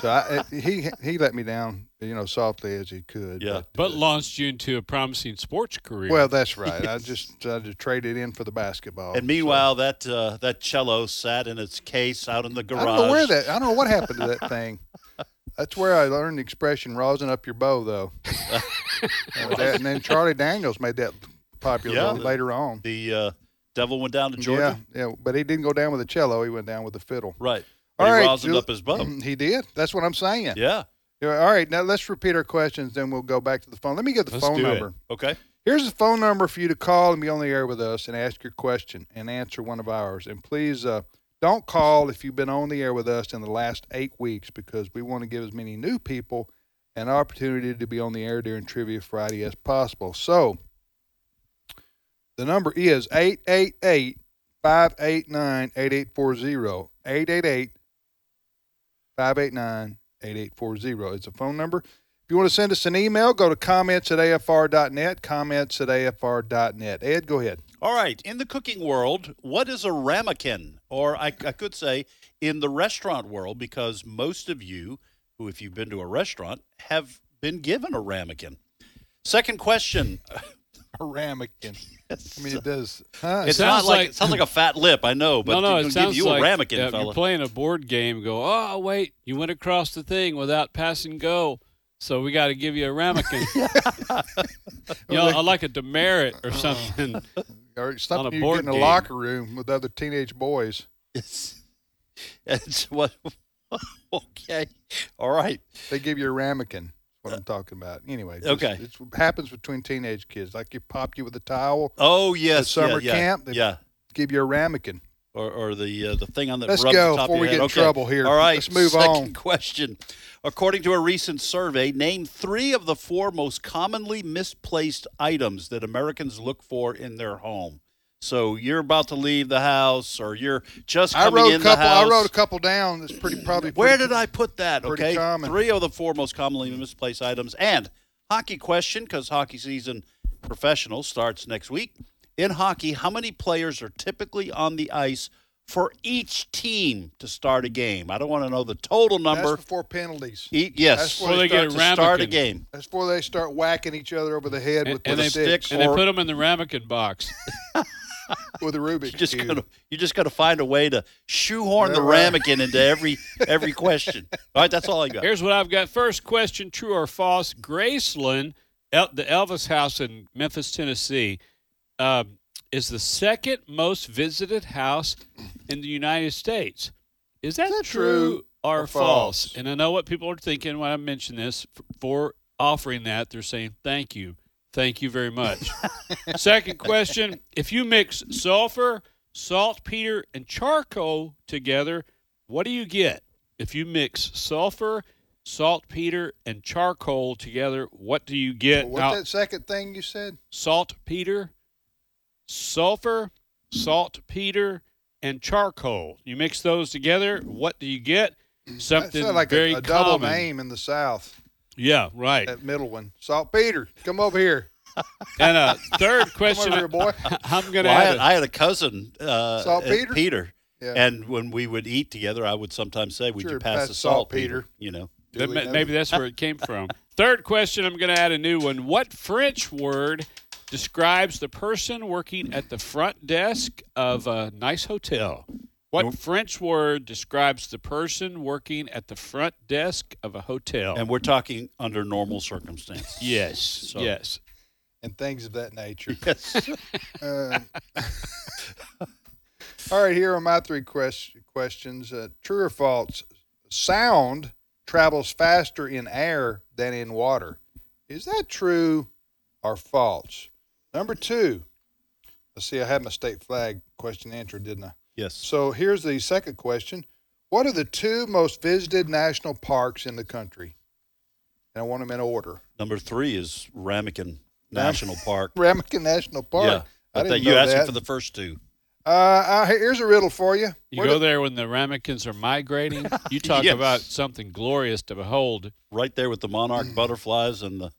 S3: So I, he he let me down, you know, softly as he could.
S2: Yeah. But launched you into a promising sports career.
S3: Well, that's
S2: [laughs]
S3: right. I just I just traded in for the basketball.
S4: And meanwhile, that uh, that cello sat in its case out in the
S3: So
S4: garage.
S3: I don't know where that. I don't know what happened to that thing. That's where I learned the expression "rosin up your bow,"
S4: [laughs]
S3: though. Uh, that- and then Charlie Daniels made that popular
S4: Yeah.
S3: later on.
S4: The uh, devil went down to Georgia.
S3: Yeah, yeah, but he didn't go down with a cello. He went down with a fiddle.
S4: Right.
S3: All
S4: But he
S3: right,
S4: rosined
S3: Jul-
S4: up his bum.
S3: [clears throat] He did. That's what I'm saying.
S4: Yeah.
S3: Yeah, All right. Now let's repeat our questions. Then we'll go back to the phone. Let me get the
S4: Let's
S3: phone
S4: do it.
S3: number.
S4: Okay.
S3: Here's the phone number for you to call and be on the air with us and ask your question and answer one of ours. And please uh, don't call if you've been on the air with us in the last eight weeks because we want to give as many new people an opportunity to be on the air during Trivia Friday as possible. So the number is 888 589 8840. 888 589 8840 is the phone number. If you want to send us an email, go to comments at afr.net. Comments at afr.net. Ed, go ahead.
S4: All right. In the cooking world, what is a ramekin? Or I, I could say in the restaurant world, because most of you who, if you've been to a restaurant, have been given a ramekin. Second question.
S3: [laughs] A ramekin. I mean, it does. Huh?
S4: It sounds like, it sounds like a fat lip. I know, Oh,
S2: [laughs]
S4: but
S2: no, no,
S4: they'll
S2: it
S4: give
S2: sounds
S4: you
S2: like
S4: a ramekin,
S2: uh,
S4: fella.
S2: you're playing a board game. Go, oh wait, you went across the thing without passing go, so we got to give you a
S3: [laughs]
S2: ramekin. you know, I like a demerit or something.
S3: Uh-huh. [laughs] or something
S2: on a
S3: you
S2: board
S3: get in a
S2: game.
S3: locker room with other teenage boys.
S4: Yes. It's what. [laughs] okay. All right.
S3: They give you a ramekin. What I'm talking about. Anyway. just-
S4: okay.
S3: It's what happens between teenage kids. Like you pop you with a towel.
S4: Oh yes,
S3: At summer
S4: yeah, yeah,
S3: camp. They
S4: yeah.
S3: Give you a ramekin.
S4: Or, or the uh, the thing on the
S3: Let's
S4: rubs
S3: go
S4: the top
S3: before
S4: of
S3: we
S4: your head.
S3: get in
S4: Okay.
S3: trouble here.
S4: All right,
S3: Let's move
S4: second
S3: on.
S4: question: According to a recent survey, name three of the four most commonly misplaced items that Americans look for in their home. So you're about to leave the house, or you're just
S3: I
S4: coming
S3: wrote a
S4: in
S3: couple.
S4: the house.
S3: I wrote a couple down. That's pretty probably.
S4: Where
S3: pretty-
S4: did I put that?
S3: pretty
S4: Okay.
S3: common.
S4: Three of the four most commonly misplaced items. And hockey question because hockey season professional starts next week. In hockey, how many players are typically on the ice for each team to start a game? I don't want to know the total number.
S3: That's before penalties.
S4: E- yes.
S3: That's
S4: Before they get a
S3: start to-
S4: ramekin. Start a game.
S3: That's before they start whacking each other over the head with
S2: and
S3: the
S2: they
S3: sticks
S2: and they put them in the ramekin box.
S3: [laughs] with a Rubik's
S4: You just
S3: cube.
S4: gotta, you just got to find a way to shoehorn the
S2: All right.
S4: ramekin into every every
S3: [laughs]
S4: question. All right, that's all I got.
S2: Here's what I've got. First question: True or false? Graceland, El- the Elvis House in Memphis, Tennessee, um, is the second most visited house in the United States. Is that, true,
S3: true
S2: or,
S3: or
S2: false?
S3: false?
S2: And I know what people are thinking when I mention this. F- For offering that, they're saying thank you, thank you very
S3: [laughs]
S2: much. Second question: If you mix sulfur, saltpeter, and charcoal together, what do you get? If you mix sulfur, saltpeter, and charcoal together, what do you get?
S3: What's
S2: Now,
S3: that second thing you said?
S2: saltpeter, sulfur, saltpeter, and charcoal. You mix those together, what do you get?
S3: That
S2: Something
S3: sounded like
S2: very
S3: a, a double
S2: common.
S3: name in the South.
S2: Yeah, right.
S3: That middle one, Saltpeter. Come over here.
S2: And
S4: [laughs]
S2: uh, third question, uh,
S3: over here, boy.
S2: [laughs] I'm gonna
S4: Well, I,
S2: add
S4: had,
S2: a-
S4: I had a cousin, uh,
S3: Salt
S4: uh,
S3: Peter? Yeah.
S4: and when we would eat together, I would sometimes say, "Would
S2: Sure,
S4: you pass
S2: pass
S4: the
S2: Salt
S4: salt, Peter?"
S2: Peter.
S4: You know,
S2: That ma- maybe that's where it
S3: [laughs]
S2: came from. Third question, I'm going to add a new one. What French word describes the person working at the front desk of a nice hotel? What French word describes the person working at the front desk of a hotel?
S4: And we're talking under normal [laughs] circumstances.
S2: Yes.
S4: So-
S2: Yes.
S3: and things of that nature. [laughs] Uh,
S4: Yes.
S3: all right, here are my three quest- questions. Uh, true or false? Sound travels faster in air than in water. Is that true or false? Number two. Let's see, I had my state flag question answered, didn't I?
S4: Yes.
S3: So here's the second question. What are the two most visited national parks in the country? And I want them in order.
S4: Number three is Ramekin National Park.
S3: [laughs] Ramekin National Park.
S4: Yeah,
S3: I
S4: but that
S3: didn't
S4: you
S3: know
S4: asked me
S3: that.
S4: for the first two.
S3: Uh, uh, here's a riddle for you.
S2: You
S3: What
S2: go
S3: if-
S2: there when the ramekins are
S4: [laughs]
S2: migrating. You talk
S4: Yes.
S2: about something glorious to behold.
S4: Right there with the monarch butterflies and the.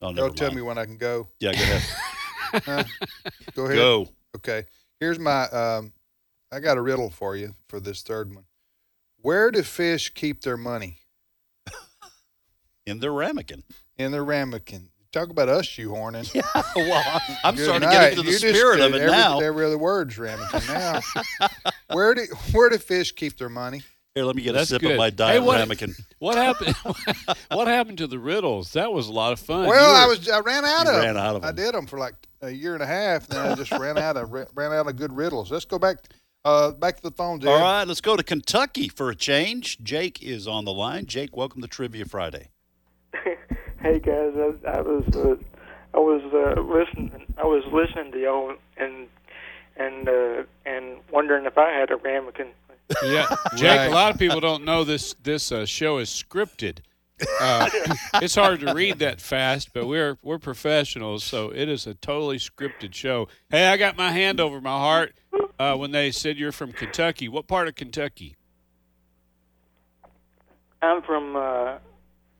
S4: Oh, never
S3: Mm. Don't tell
S4: mind.
S3: me when I can go.
S4: Yeah, go
S3: [laughs]
S4: ahead.
S3: Huh? Go ahead.
S4: Go.
S3: Okay. Here's my. Um, I got a riddle for you for this third one. Where do fish keep their money?
S4: [laughs] in their ramekin.
S3: In their ramekin. Talk about
S4: [laughs]
S3: us shoehorning. Yeah,
S4: well, I'm starting to get into the spirit of it
S3: every,
S4: now.
S3: Every other word's ramekin
S4: [laughs]
S3: now. where do where do fish keep their money?
S4: Here, let me get
S2: That's
S4: a sip
S2: good.
S4: of my diet
S2: Hey, what-
S4: ramekin.
S2: [laughs] What happened? what happened to the riddles? That was a lot of fun.
S3: Well,
S2: You
S3: I
S2: were-
S3: was I ran out
S2: You
S3: of 'em.
S2: ran out of
S3: I did them for like a year and a half. Then I just ran out of ran out of good riddles. Let's go back uh, back to the phones.
S4: All
S3: Ed.
S4: right, let's go to Kentucky for a change. Jake is on the line. Jake, welcome to Trivia Friday.
S15: [laughs] Hey guys, I, I was uh, I was uh, listening I was listening to y'all and and uh, and wondering if I had a ramekin.
S2: [laughs] Yeah, Jake.
S15: Right.
S2: A lot of people don't know this. This uh, show is scripted. Uh, [laughs] it's hard to read that fast, but we're we're professionals, so it is a totally scripted show. Hey, I got my hand over my heart uh, when they said you're from Kentucky. What part of Kentucky?
S15: I'm from uh,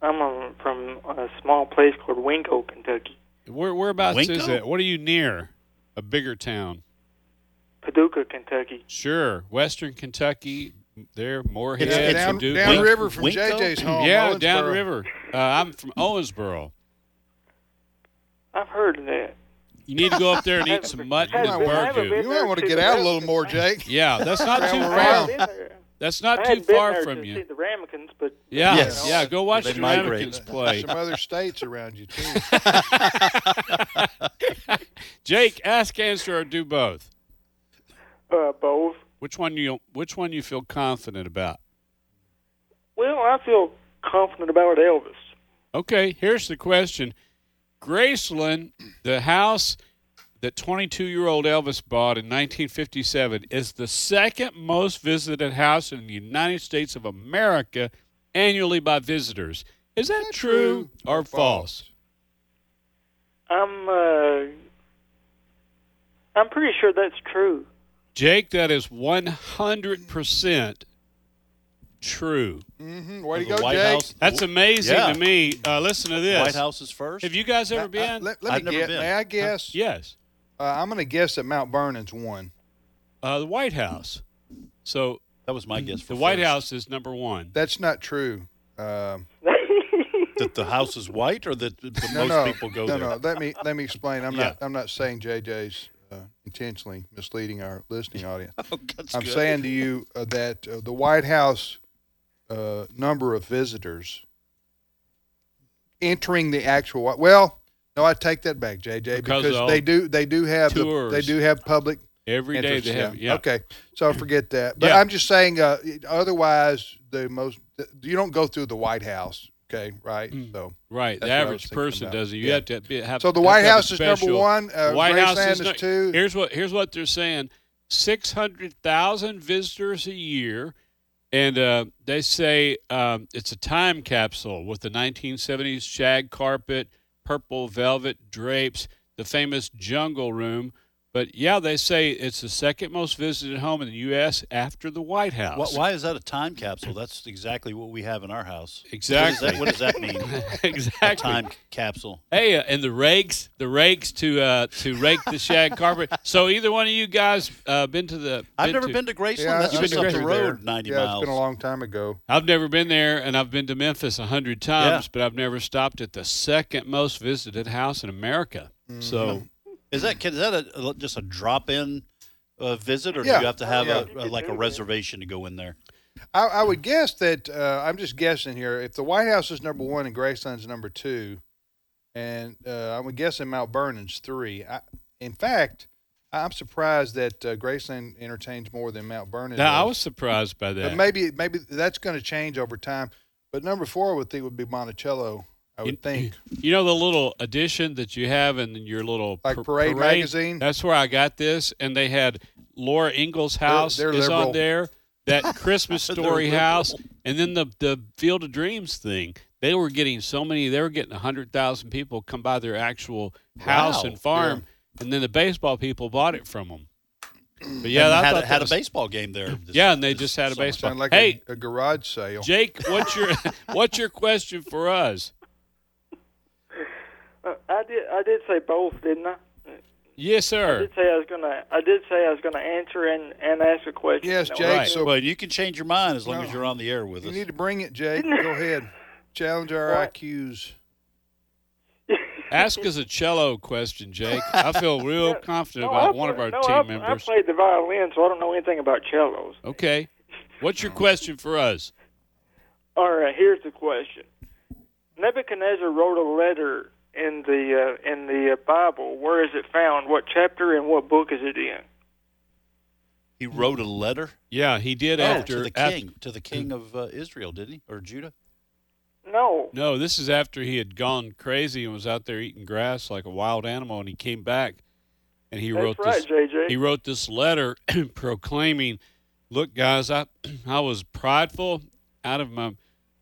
S15: I'm a, from a small place called Winco, Kentucky,
S2: Where whereabouts is
S15: Winco?
S2: it? What are you near? A bigger town?
S15: Paducah, Kentucky.
S2: Sure, Western Kentucky. There, Morehead,
S15: It's- it's-
S2: Paducah.
S15: down- downriver from Winco? JJ's home,
S2: Yeah,
S15: Owensboro.
S2: downriver. Uh, I'm from Owensboro.
S15: I've heard of that.
S2: You need to go up there and eat some mutton
S15: Haven't
S2: and
S15: been- haven't
S2: burgoo.
S15: been You might there wanna too get out a much. little more, Jake.
S2: Yeah, that's not
S15: Travel
S2: too
S15: around.
S2: far. That's not
S15: I
S2: too
S15: hadn't been
S2: far
S15: there
S2: from
S15: to
S2: you.
S15: See the ramekins, but
S2: Yeah,
S3: Yes.
S2: yeah. Go watch
S3: They
S2: the
S3: migrate.
S2: Americans play.
S3: Some other states around you too.
S2: [laughs] Jake, ask, answer, or do both.
S15: Uh, both.
S2: Which one you Which one you feel confident about?
S15: well, I feel confident about Elvis.
S2: Okay, here's the question. Graceland, the house that 22 year old Elvis bought in 1957, is the second most visited house in the United States of America annually by visitors. Is that true or false?
S15: I'm uh, I'm pretty sure that's true.
S2: Jake, that is 100% true.
S3: Mm-hmm. Way to
S4: The
S3: go,
S4: White
S3: Jake.
S4: House-
S2: That's amazing
S4: Yeah.
S2: to me. Uh, listen to this.
S4: White House is first.
S2: Have you guys ever
S3: Uh, uh,
S2: been?
S3: let, let me get, May I guess?
S2: yes.
S3: Uh, I'm going to guess that Mount Vernon's one.
S2: Uh, the White House. So
S4: that was my guess.
S2: The White House is number one.
S3: That's not true. Um,
S4: That the house is white, or that the
S3: no,
S4: most
S3: no,
S4: people go
S3: no,
S4: there.
S3: no. Let me let me explain. I'm
S4: Yeah.
S3: not I'm not saying JJ's uh, intentionally misleading our
S4: [laughs]
S3: listening audience.
S4: Oh, that's
S3: I'm
S4: good.
S3: saying to you uh, that uh, the White House uh, number of visitors entering the actual Whi- well, no, I take that back, JJ,
S2: Because
S3: because,
S2: of
S3: they do they do have the,
S2: tours.
S3: they do have public
S2: Every day
S3: entrance,
S2: they have- yeah.
S3: Okay, so forget that. But
S2: Yeah.
S3: I'm just saying. Uh, it- otherwise, the most you don't go through the White House. Okay, right.
S2: Mm.
S3: So
S2: Right,
S3: that's
S2: the
S3: what I
S2: average
S3: was thinking
S2: person
S3: about.
S2: doesn't. You
S3: Yeah.
S2: have to be, have.
S3: So
S2: have
S3: the
S2: to
S3: White
S2: have a
S3: House is number
S2: special-
S3: one, uh,
S2: The White House
S3: Graceland
S2: is,
S3: is
S2: not-
S3: two.
S2: Here's what here's what they're saying: six hundred thousand visitors a year, and uh, they say um, it's a time capsule with the 1970s shag carpet, purple velvet drapes, the famous jungle room. But yeah, they say it's the second most visited home in the U.S. after the White House.
S4: Why, why is that a time capsule? That's exactly what we have in our house.
S2: Exactly.
S4: What, is that,
S2: [laughs]
S4: what does that mean?
S2: exactly.
S4: A time capsule.
S2: Hey, uh, and the rakes, the rakes to uh, to rake the
S4: [laughs]
S2: shag carpet. So either one of you guys uh, been to the?
S4: I've never been to Graceland. Yeah, That's I've just been up to the Graceland. road
S3: there.
S4: 90
S3: yeah, it's been a
S4: miles.
S3: long time ago.
S2: I've never been there, and I've been to Memphis a hundred times, but I've never stopped at the second most visited house in America.
S3: Mm-hmm.
S4: Mm-hmm.
S2: So
S4: Is that is that a, just a drop in uh, visit, or
S3: Yeah.
S4: do you have to have
S3: Yeah.
S4: a, a- like a reservation to go in there?
S3: I, I would guess that uh, I'm just guessing here. If the White House is number one and Graceland's number two, and uh, I'm guessing Mount Vernon's three. I, in fact, I'm surprised that uh, Graceland entertains more than Mount Vernon.
S2: now, I
S3: does.
S2: was surprised by that.
S3: But maybe maybe that's going to change over time. But number four, I would think would be Monticello. I would think.
S2: You know the little addition that you have in your little
S3: Like
S2: par-
S3: Parade magazine?
S2: That's where I got this, and they had Laura Ingalls' house
S3: they're
S2: is on
S3: liberal.
S2: there.
S3: [laughs]
S2: That Christmas
S3: They're
S2: story
S3: liberal.
S2: house, and then the the Field of Dreams thing. They were getting so many. They were getting hundred thousand people come by their actual house
S4: Wow.
S2: and farm, and then the baseball people bought it from them. But yeah,
S4: And
S2: I
S4: had,
S2: thought that
S4: had
S2: was-
S4: a baseball game there. this-
S2: Yeah, and they just had a baseball.
S3: Sound like
S2: hey,
S3: [laughs] a, a garage sale.
S2: Jake, what's your [laughs] what's your question for us?
S15: Uh, I did I did say both, didn't I?
S2: Yes,
S15: I
S2: sir.
S15: did say I was gonna. I did say I was gonna answer and and ask a question. That was
S4: Right.
S15: it.
S4: well, you can change your mind as long as you're on the air with
S3: You
S4: us.
S3: need to bring it, Jake. Go ahead. Challenge our IQs.
S2: Ask us a cello question, Jake. I
S15: [laughs]
S2: feel real confident
S15: No,
S2: about
S15: I
S2: one of
S15: play-
S2: our
S15: no,
S2: team
S15: I, I
S2: members.
S15: played the violin, so I don't know anything about cellos.
S2: Okay. What's your question for us?
S15: All right, here's the question. Nebuchadnezzar wrote a letter in the uh, in the uh, Bible. Where is it found? What chapter and what book is it in?
S4: He wrote a letter.
S2: Yeah, he did
S4: Oh,
S2: after
S4: to the
S2: af-
S4: king, to the king of uh, Israel, didn't he, or Judah?
S15: No.
S2: No, this is after he had gone crazy and was out there eating grass like a wild animal, and he came back and he
S15: That's
S2: wrote
S15: right,
S2: this.
S15: JJ.
S2: He wrote this letter [clears throat] proclaiming, "Look, guys, I [clears throat] I was prideful out of my,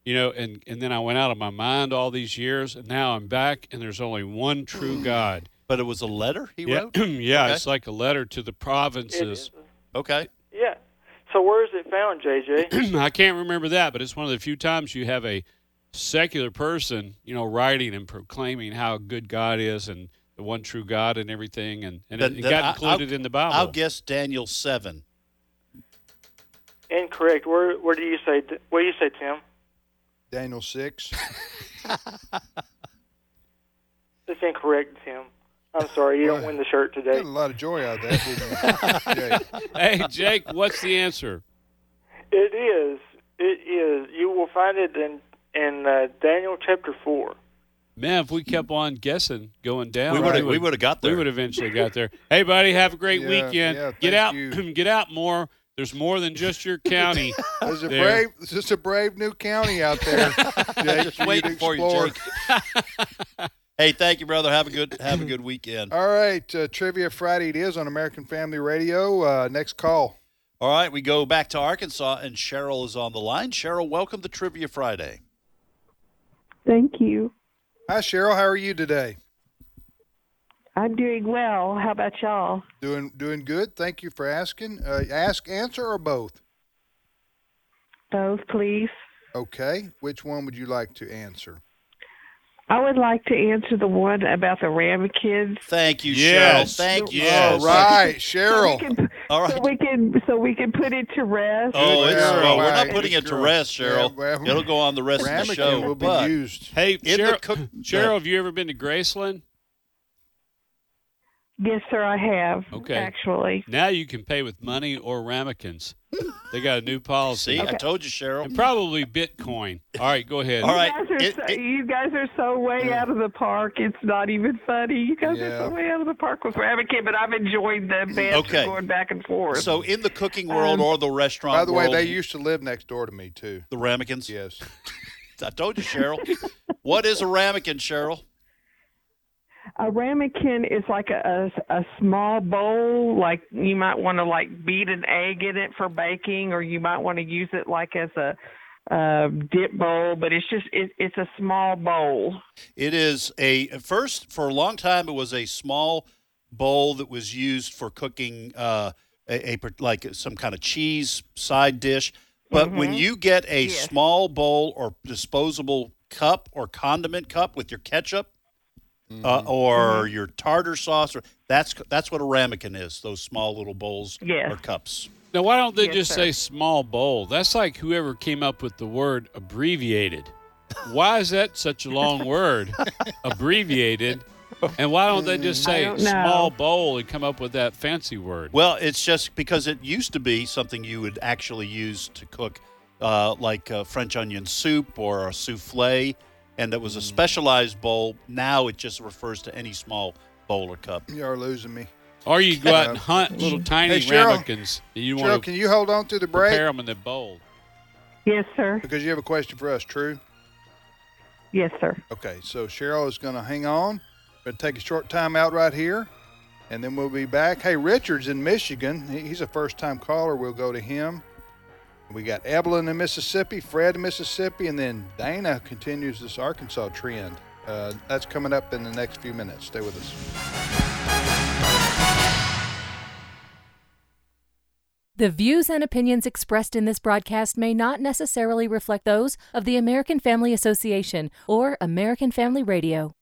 S2: you know, and and then I went out of my mind all these years, and now I'm back, and there's only one true God."
S4: But it was a letter he
S2: yeah, [clears throat]
S4: wrote?
S2: yeah,
S4: Okay.
S2: it's like a letter to the provinces.
S4: Okay.
S15: Yeah. So where is it found, JJ?
S2: [clears throat] I can't remember that, but it's one of the few times you have a secular person, you know, writing and proclaiming how good God is and the one true God and everything, and, and
S4: Then-
S2: it, it
S4: then
S2: got
S4: I-
S2: included
S4: [laughs] I'll-
S2: in the Bible.
S4: I'll guess Daniel seven.
S15: Incorrect. Where where do you say? What do you say, Tim?
S3: Daniel 6.
S15: That's incorrect, Tim. I'm sorry, you don't win the shirt today.
S3: Got a lot of joy out of that,
S15: [laughs]
S3: didn't you? Jake?
S2: hey, Jake, what's the answer?
S15: It is. It is. You will find it in in uh, Daniel chapter four.
S2: Man, if we kept on guessing, going down,
S4: We would've-
S2: I would-
S4: we would've got
S2: We
S4: there.
S2: would eventually got there. Hey, buddy, have a great
S3: Yeah,
S2: weekend.
S3: yeah,
S2: get
S3: thank
S2: out, [clears throat]
S3: you.
S2: get out more. There's more than just
S3: [laughs]
S2: your county.
S3: There's a
S2: there.
S3: brave, there's just a brave new county
S2: [laughs]
S3: out there, Jake.
S4: Just
S3: for you
S4: waiting
S3: to
S4: for you,
S3: explore.
S4: Jake. hey, thank you, brother. Have a good have a good weekend.
S3: All right, uh, Trivia Friday it is on American Family Radio. Uh, next call.
S4: All right, we go back to Arkansas, and Cheryl is on the line. Cheryl, welcome to Trivia Friday.
S7: Thank you.
S3: Hi, Cheryl. How are you today?
S7: I'm doing well. How about y'all?
S3: Doing doing good. Thank you for asking. Uh, ask, answer, or both.
S7: Both, please.
S3: Okay. Which one would you like to answer?
S7: I would like to answer the one about the ramekins.
S4: Thank you,
S2: Yes.
S4: Cheryl. Thank you.
S3: All right, Cheryl.
S4: All right.
S7: So we can so we can put it to rest.
S4: Oh, it's,
S3: Good
S4: well, we're
S3: girl.
S4: not putting it to rest, Cheryl.
S3: Yeah, well,
S4: It'll go on the rest of the
S3: Ramekin
S4: show.
S3: will be
S4: but
S3: used.
S2: Hey,
S4: in the
S2: Cheryl,
S4: cook-
S2: Cheryl, have you ever been to Graceland?
S7: Yes, sir, I have.
S2: Okay.
S7: Actually.
S2: Now you can pay with money or ramekins. They got a new policy.
S4: see, I told you, Cheryl.
S2: And probably Bitcoin. All right, go ahead.
S4: All right.
S7: You guys, are
S4: It-
S7: so,
S4: it-
S7: you guys are so way out of the park. It's not even funny. You guys
S3: Yeah.
S7: are so way out of the park with Ramekin, but I've enjoyed the banter
S4: Okay.
S7: going back and forth. Um,
S4: So, in the cooking world or the restaurant
S3: By the way,
S4: world,
S3: they used to live next door to me too.
S4: the ramekins.
S3: Yes.
S4: [laughs] I told you, Cheryl. what is a ramekin, Cheryl?
S7: A ramekin is like a, a a small bowl, like you might want to like beat an egg in it for baking, or you might want to use it like as a uh, dip bowl. But it's just it, it's a small bowl.
S4: It is a first for a long time. It was a small bowl that was used for cooking uh, a, a par- like some kind of cheese side dish. But when you get a
S7: Mm-hmm. Yes.
S4: small bowl or disposable cup or condiment cup with your ketchup uh, or
S7: Mm-hmm.
S4: your tartar sauce, or that's that's what a ramekin is. Those small little bowls
S7: Yes.
S4: or cups.
S2: Now, why don't they
S7: Yes,
S2: just
S7: sir.
S2: say small bowl? That's like whoever came up with the word abbreviated. Why is that such a
S7: [laughs]
S2: long word, abbreviated? And why don't they just
S7: Mm, I
S2: say
S7: don't know.
S2: small bowl and come up with that fancy word?
S4: Well, it's just because it used to be something you would actually use to cook, uh, like uh, French onion soup or a souffle, and it was
S2: Hmm.
S4: a specialized bowl. Now it just refers to any small bowl or cup.
S3: You are losing me. Uh,
S2: Or you go out and hunt little tiny
S3: [laughs] Hey, Cheryl.
S2: ramekins. And you
S3: Cheryl,
S2: want
S3: can
S2: to
S3: you hold on to the break?
S2: prepare them in the bowl.
S7: Yes, sir.
S3: Because you have a question for us, true?
S7: Yes, sir.
S3: Okay, so Cheryl is going to hang on. We're going to take a short time out right here, and then we'll be back. Hey, Richard's in Michigan. He- He's a first time caller. We'll go to him. We got Evelyn in Mississippi, Fred in Mississippi, and then Dana continues this Arkansas trend. Uh, that's coming up in the next few minutes. Stay with us.
S16: The views and opinions expressed in this broadcast may not necessarily reflect those of the American Family Association or American Family Radio.